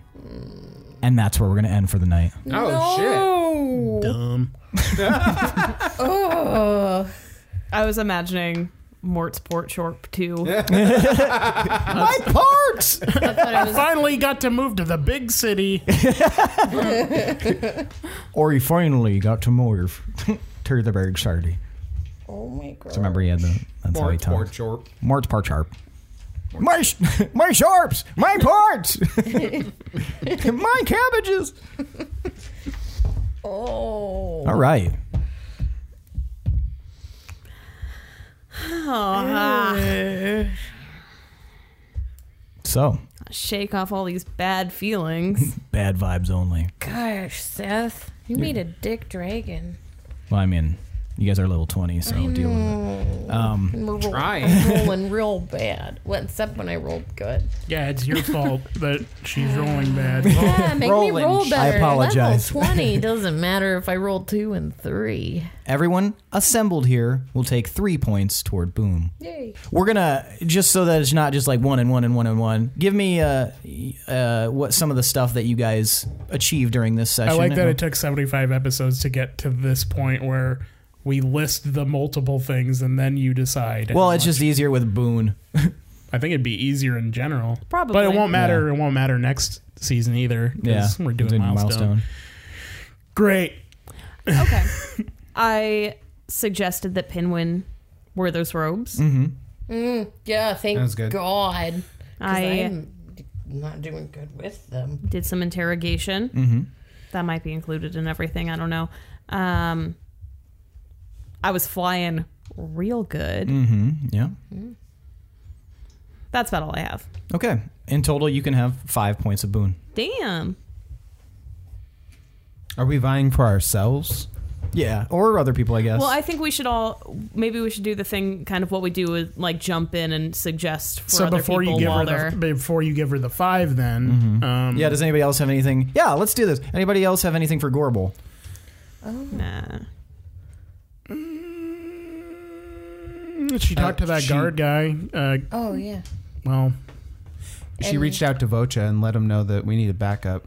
And that's where we're going to end for the night. Oh Dumb. shit! Oh, I was imagining Mort's Port Short too. My part. Finally got to move to the big city. Or he finally got to move to the big city. Oh my god. So remember, he had the. That's how he Mort, Mort, talked. Short. Mort part sharp. My sh- my sharps, my parts, my cabbages. Oh. All right. So Shake off all these bad feelings. bad vibes only. Gosh, Seth, you need a dick dragon. Well, I mean, you guys are level twenty, so deal with Mm. And we're roll- Trying. I'm rolling real bad. Well, except when I rolled good. Yeah, it's your fault that she's rolling bad. Yeah, make me Rolling. roll better. apologize. Level 20 doesn't matter if I rolled two and three. Everyone assembled here will take three points toward Boom. Yay. We're gonna just so that it's not just like one and one and one and one. Give me uh, uh, what some of the stuff that you guys achieved during this session. I like that it took 75 episodes to get to this point where we list the multiple things and then you decide. well, it's just easier with Boone. I think it'd be easier in general. Probably. But it won't matter. It won't matter next season either. 'cause We're doing milestone. Great. Okay. I suggested that Pinwin wear those robes. Mm-hmm. Yeah, thank That was good. God. 'Cause I I'm not doing good with them. did some interrogation. Mm-hmm. That might be included in everything. I don't know. Um, I was flying real good. Mm. Mm-hmm. Yeah. That's about all I have. Okay. In total, you can have five points of boon. Damn. Are we vying for ourselves? Yeah, or other people, I guess. Well, I think we should all maybe we should do the thing kind of what we do is like jump in and suggest for So other before you people give while her they're the, before you give her the five, then um, yeah. Does anybody else have anything? Yeah, let's do this. Anybody else have anything for Gorble? Nah. she talked to that she- guard guy. Uh, Oh, yeah. well, She And- reached out to Vocha and let him know that we need a backup.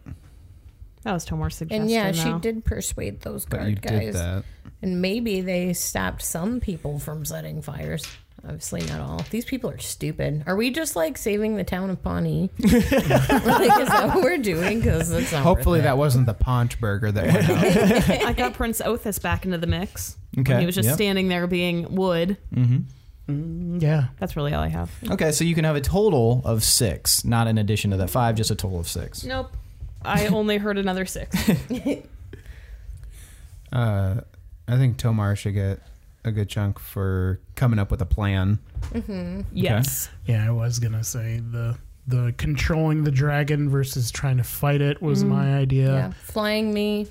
That was Tomar's suggestion. And yeah, she though. did persuade those But guard you guys. did that. And maybe they stopped some people from setting fires. Obviously, not all. These people are stupid. Are we just like saving the town of Pawnee? like, is that what we're doing? Because it's not Hopefully worth that wasn't the paunch burger that went out. I got Prince Othis back into the mix. Okay, He was just yep. Mm-hmm. standing there being wood. Mm, yeah. That's really all I have. Okay, so you can have a total of six, not in addition to that five, just a total of six. Nope. I only heard another six. Uh, I think Tomar should get a good chunk for coming up with a plan. Yes. Yeah, I was gonna say the the controlling the dragon versus trying to fight it was my idea. Mm, Yeah, flying me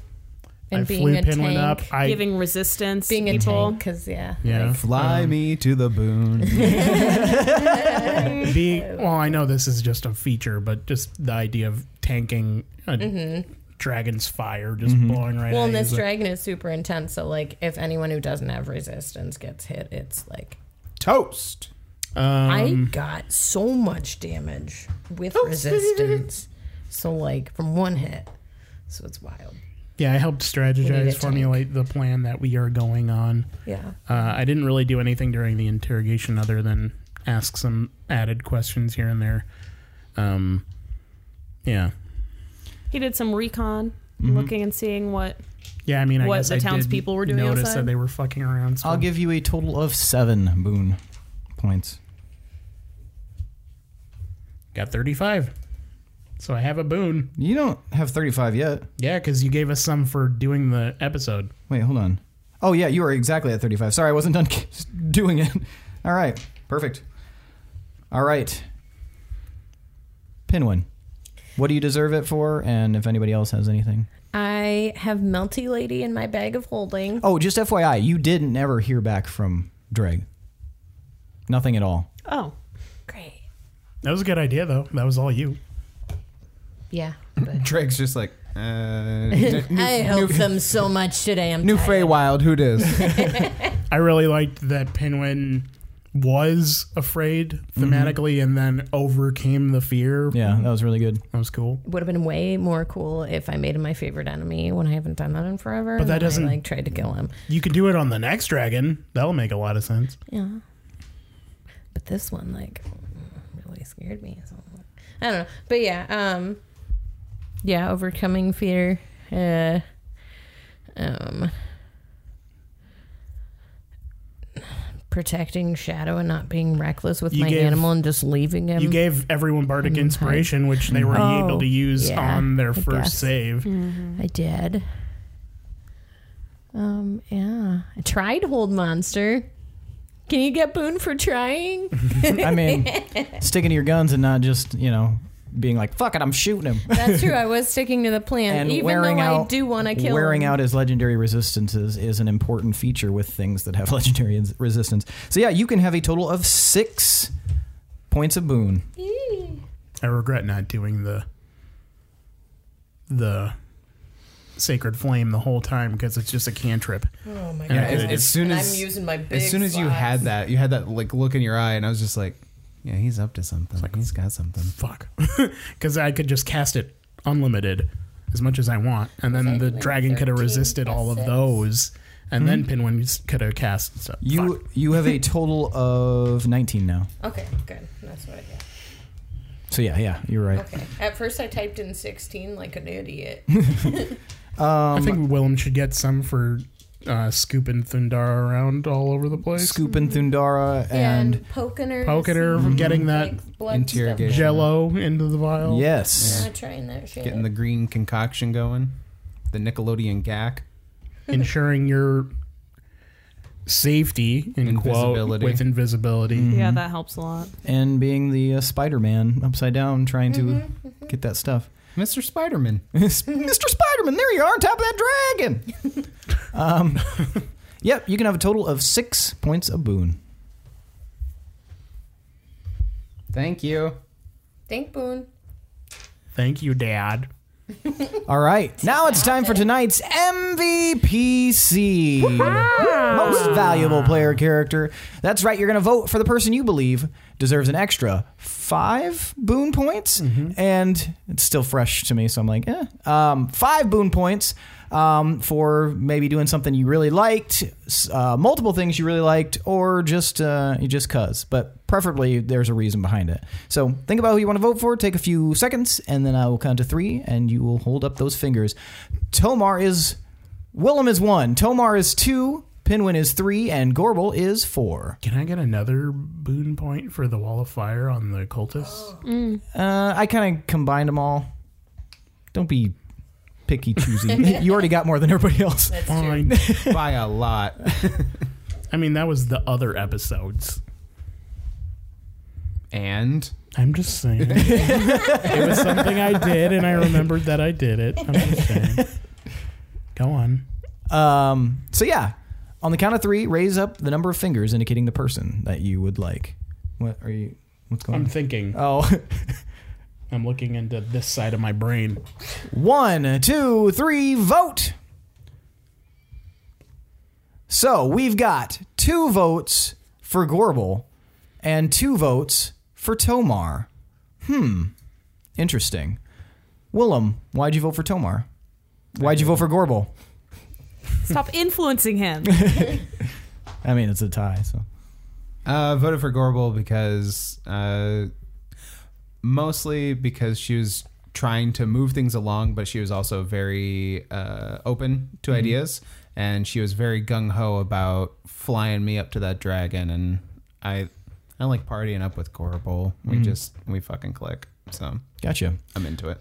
and I being flew a Pinwin tank. up. I Giving resistance. Being a people. tank, because yeah, yeah. Fly Um, me to the boon. Be, well, I know this is just a feature, but just the idea of tanking a dragon's fire, just blowing right. Mm-hmm. Well, at and you this is a- dragon is super intense, so like if anyone who doesn't have resistance gets hit, it's like Toast. I Um, got so much damage with Oh. resistance. so like from one hit, so it's wild. yeah, I helped We need a strategize, tank. formulate the plan that we are going on. Yeah, Uh, I didn't really do anything during the interrogation other than ask some added questions here and there. Um, yeah, He did some recon, Mm-hmm. looking and seeing what. yeah. I mean, I What guess the I townspeople did were doing Notice outside? that they were fucking around. So I'll give you a total of seven boon points. got thirty-five. So I have a boon. You don't have 35 yet. Yeah, because you gave us some for doing the episode. Wait, hold on. Oh, yeah, you are exactly at 35. Sorry, I wasn't done doing it. All right, perfect. All right. Pinwin, what do you deserve it for? And if anybody else has anything. I have Melty Lady in my bag of holding. Oh, just FYI, you didn't ever hear back from Dreg. Nothing at all. Oh, Great. That was a good idea, though. That was all you. Yeah. But Drake's just like, uh, new, I helped them so much today. I'm new tired. Feywild, who dis? I really liked that Pinwin was afraid thematically and then overcame the fear. Yeah, that was really good. That was cool. Would have been way more cool if I made him my favorite enemy when I haven't done that in forever. But that and I, doesn't- like tried to kill him. You could do it on the next dragon. That'll make a lot of sense. Yeah. But this one, like, mm, really scared me. So I don't know. But yeah, um, yeah, overcoming fear. Uh, um, protecting Shadow and not being reckless with You my gave- animal and just leaving him. You gave everyone bardic inspiration, which they were Oh, able to use yeah, on I their first guess. save. I did. Um, yeah. I tried hold monster. Can you get Boone for trying? I mean, sticking to your guns and not just you know being like fuck it, I'm shooting him. That's true. I was sticking to the plan, And even though wearing I out, do want to kill wearing him. out his legendary resistances is an important feature with things that have legendary ins- resistance. So yeah, you can have a total of six points of boon. I regret not doing the the sacred flame the whole time because it's just a cantrip. Oh my Yeah, god! as, as soon as I'm using my big as soon as you slides. had that, you had that like look in your eye, and I was just like, "Yeah, he's up to something. he's got something." Fuck, because I could just cast it unlimited as much as I want, and then the dragon could have resisted all of those, and then Pinwin s- could have cast. So, You fuck. you have a total of 19 now. Okay, good. That's what I got. So yeah, yeah, you're right. Okay. At first, I typed in 16 like an idiot. I think Willem should get some for uh, scooping Thundara around all over the place. Scooping Thundara and poking her. Poking her, getting that interrogation. Jello into the vial. yes. trying that shit. Getting the green concoction going, the Nickelodeon gack. ensuring your safety in quote Invisibility. with invisibility. Yeah, Mm-hmm. that helps a lot. and being the uh, Spider-Man upside down trying to Mm-hmm, get that stuff. Mr. Spider-Man. Mr. Spider-Man, there you are on top of that dragon. um, yep, you can have a total of 6 points of boon. Thank you. Thank Boone. Thank you, Dad. All right. Now it's time for tonight's MVPC. Most valuable player character. That's right. You're going to vote for the person you believe deserves an extra five boon points. And it's still fresh to me. So I'm like, eh. Um, five boon points um, for maybe doing something you really liked, s- uh, multiple things you really liked, or just uh, you just cuz. But preferably there's a reason behind it. So think about who you want to vote for. Take a few seconds, and then I will count to three, and you will hold up those fingers. Tomar is Willem is one. Tomar is two. Pinwin is three, and Gorbel is four. Can I get another boon point for the wall of fire on the cultists? Uh, I kind of combined them all. Don't be picky choosy. you already got more than everybody else. Fine. By a lot. I mean, that was the other episodes. And I'm just saying. it was something I did, and I remembered that I did it. I'm just saying. Go on. Um, so yeah, on the count of three, raise up the number of fingers indicating the person that you would like. What are you? What's I'm going thinking. on? Oh, I'm looking into this side of my brain. one, two, three, vote. So we've got two votes for Gorbel and two votes for Tomar. Hmm, interesting. Willem, why'd you vote for Tomar? Why'd you vote for Gorbel? Stop influencing him. I mean, it's a tie, so. uh, voted for Gorbel because uh, mostly because she was trying to move things along, but she was also very uh, open to Mm-hmm. ideas, and she was very gung ho about flying me up to that dragon, and I. I like partying up with Gorbel. We Mm-hmm. just we fucking click. So Gotcha. I'm into it.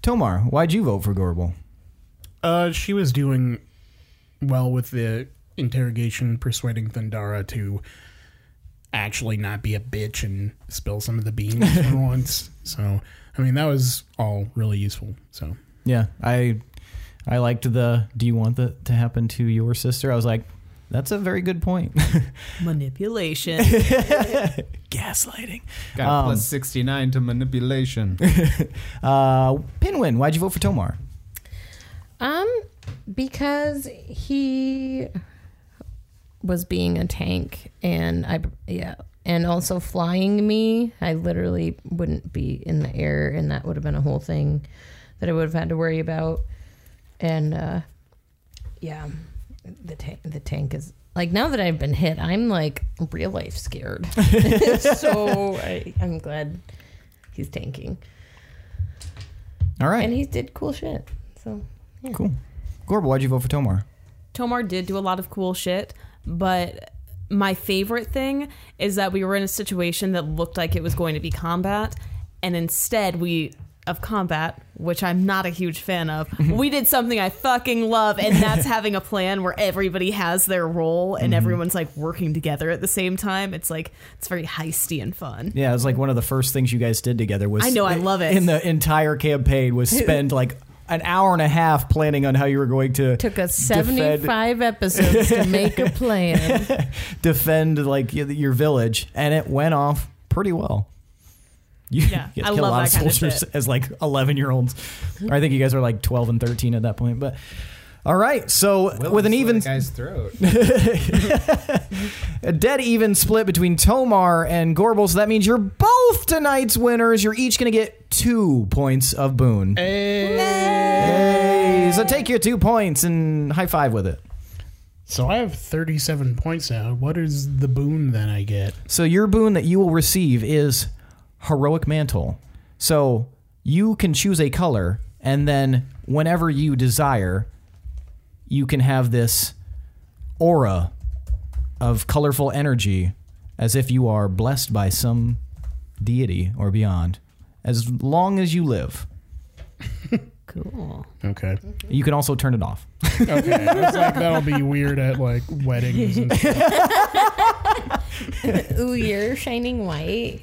Tomar, why'd you vote for Gorbel? Uh, she was doing well with the interrogation, persuading Thundara to actually not be a bitch and spill some of the beans for once. So, I mean, that was all really useful. So, Yeah, I I liked the do you want that to happen to your sister? I was like, that's a very good point. Manipulation. Gaslighting. Got Um, a plus 69 to manipulation. Uh Pinwin, why'd you vote for Tomar? Um, because he was being a tank and I yeah and also flying me I literally wouldn't be in the air and that would have been a whole thing that I would have had to worry about and uh yeah the tank the tank is like now that I've been hit I'm like real life scared so I, I'm glad he's tanking All right. and he did cool shit so cool. Gorb, why'd you vote for Tomar? Tomar did do a lot of cool shit, but my favorite thing is that we were in a situation that looked like it was going to be combat, and instead we of combat, which I'm not a huge fan of, we did something I fucking love, and that's having a plan where everybody has their role and everyone's like working together at the same time. It's like it's very heisty and fun. Yeah, it was like one of the first things you guys did together was I know, I love it. In the entire campaign was spend like an hour and a half planning on how you were going to took us defend- 75 episodes to make a plan defend like y- your village, and it went off pretty well. You Yeah, get I killed a love lot of that kind of soldiers shit. as like eleven year olds. Or I think you guys were like twelve and thirteen at that point. But all right, so with an even guy's throat. a dead even split between Tomar and Gorbel, so that means you're both tonight's winners. You're each gonna get two points of boon. Hey. So take your two points and high five with it. So I have 37 points now. What is the boon that I get? So your boon that you will receive is heroic mantle. So you can choose a color, and then whenever you desire, you can have this aura of colorful energy, as if you are blessed by some deity or beyond, as long as you live. Cool. Okay. You can also turn it off. Okay. I was like, that'll be weird at like weddings. And stuff. Ooh, you're shining white.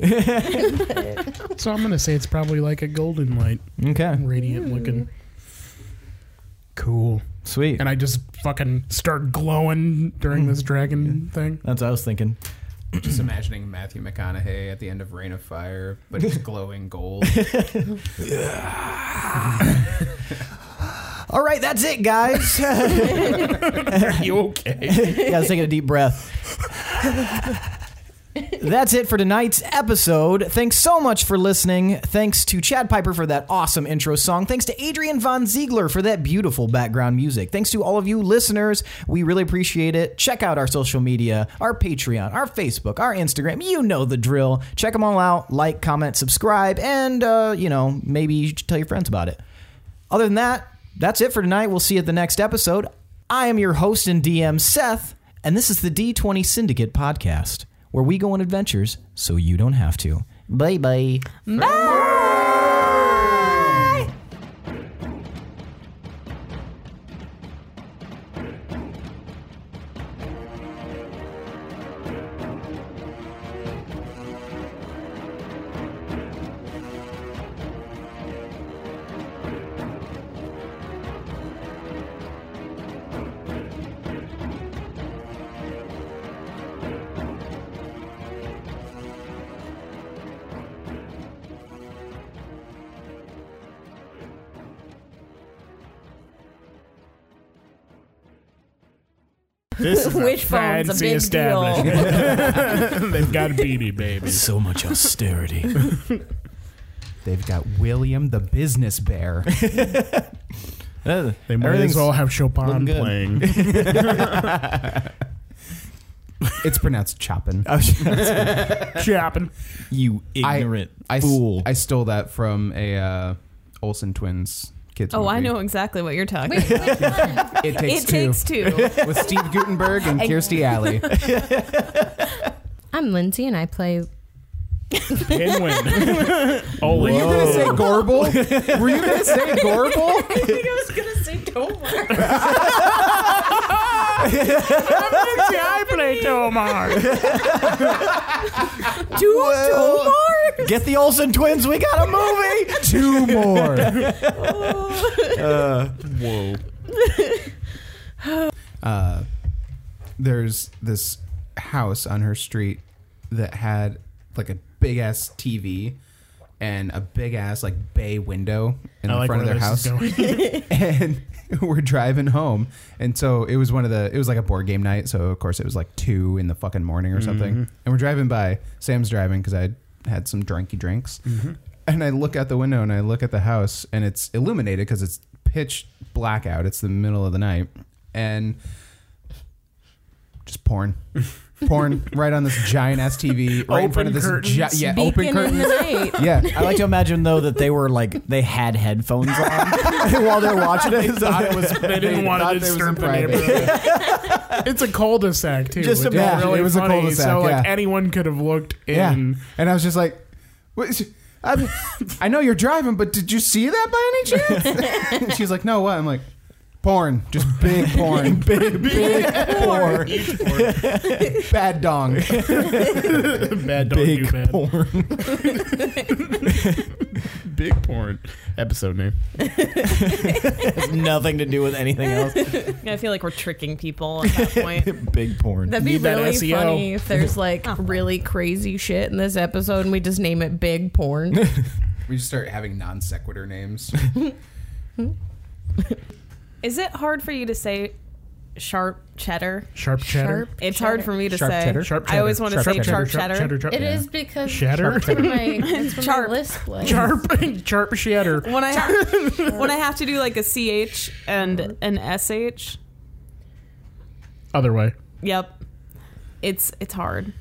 So I'm going to say it's probably like a golden light, Okay, radiant looking. Cool. sweet. And I just fucking start glowing during this dragon thing. That's what I was thinking. Just imagining Matthew McConaughey at the end of Rain of Fire, but it's glowing gold. All right, that's it, guys. Are you okay? You guys taking a deep breath. That's it for tonight's episode. Thanks so much for listening. Thanks to Chad Piper for that awesome intro song. Thanks to Adrian Von Ziegler for that beautiful background music. Thanks to all of you listeners. We really appreciate it. Check out our social media, our Patreon, our Facebook, our Instagram. You know the drill. Check them all out. Like, comment, subscribe, and, uh, you know, maybe you should tell your friends about it. Other than that, that's it for tonight. We'll see you at the next episode. I am your host and DM, Seth, and this is the D20 Syndicate podcast, where we go on adventures so you don't have to. Bye bye. This is Which a phone's a fancy big establishment. They've got beady babies. So much austerity. They've got William the Business Bear. They might as well have Chopin looking good. playing. It's pronounced Choppin. Chopping. you ignorant I, s- fool. I stole that from a uh, Olsen twins kids. Oh, I movie. know exactly what you're talking. Wait, which one? It about. takes it two takes two. with Steve Gutenberg and Kirstie Alley. I'm Lindsay and I play. Pinwin. Oh, Holy. gonna say Gorble? Were you gonna say Gorble? I think I was gonna say don't worry. I play Tomar. more. Get the Olsen twins. We got a movie. Two more. Whoa. uh, there's this house on her street that had like a big ass TV and a big ass like bay window in I the like front of where their this house is going. and we're driving home and so it was one of the it was like a board game night so of course it was like two in the fucking morning Mm-hmm. or something and we're driving by sam's driving because i had some drinky drinks Mm-hmm. and i look out the window and i look at the house and it's illuminated because it's pitch black out it's the middle of the night and just porn porn right on this giant ass tv right in front of this Open gi- yeah open Beacon in curtain the night. yeah I like to imagine though that they were like they had headphones on while they're watching it. So thought it was, they didn't want thought to it was disturb in the private. neighborhood. it's a cul-de-sac too. Just which is imagine, really it was a funny. cul-de-sac, So like yeah. anyone could have looked Yeah. in. And I was just like, what is- I'm, I know you're driving, but did you see that by any chance? And She's like, no, what? I'm like, porn. Just big porn. big, big porn. Bad dong. Bad dog, Big do bad. Big porn. Episode name. has nothing to do with anything else. I feel like we're tricking people at that point. Big porn. That'd be Need that E really SEO. funny if there's like really crazy shit in this episode and we just name it Big Porn. We just start having non sequitur names. Is it hard for you to say sharp cheddar? Sharp cheddar. Sharp It's cheddar. hard for me to Sharp say. cheddar? Sharp I always want cheddar. to Sharp say cheddar. sharp cheddar. sharp- It is because Shatter? that's where my, that's where Sharp. my list was. Sharp, sharp shatter. When I have, when I have to do like a ch and an sh, Other way. yep, it's it's hard.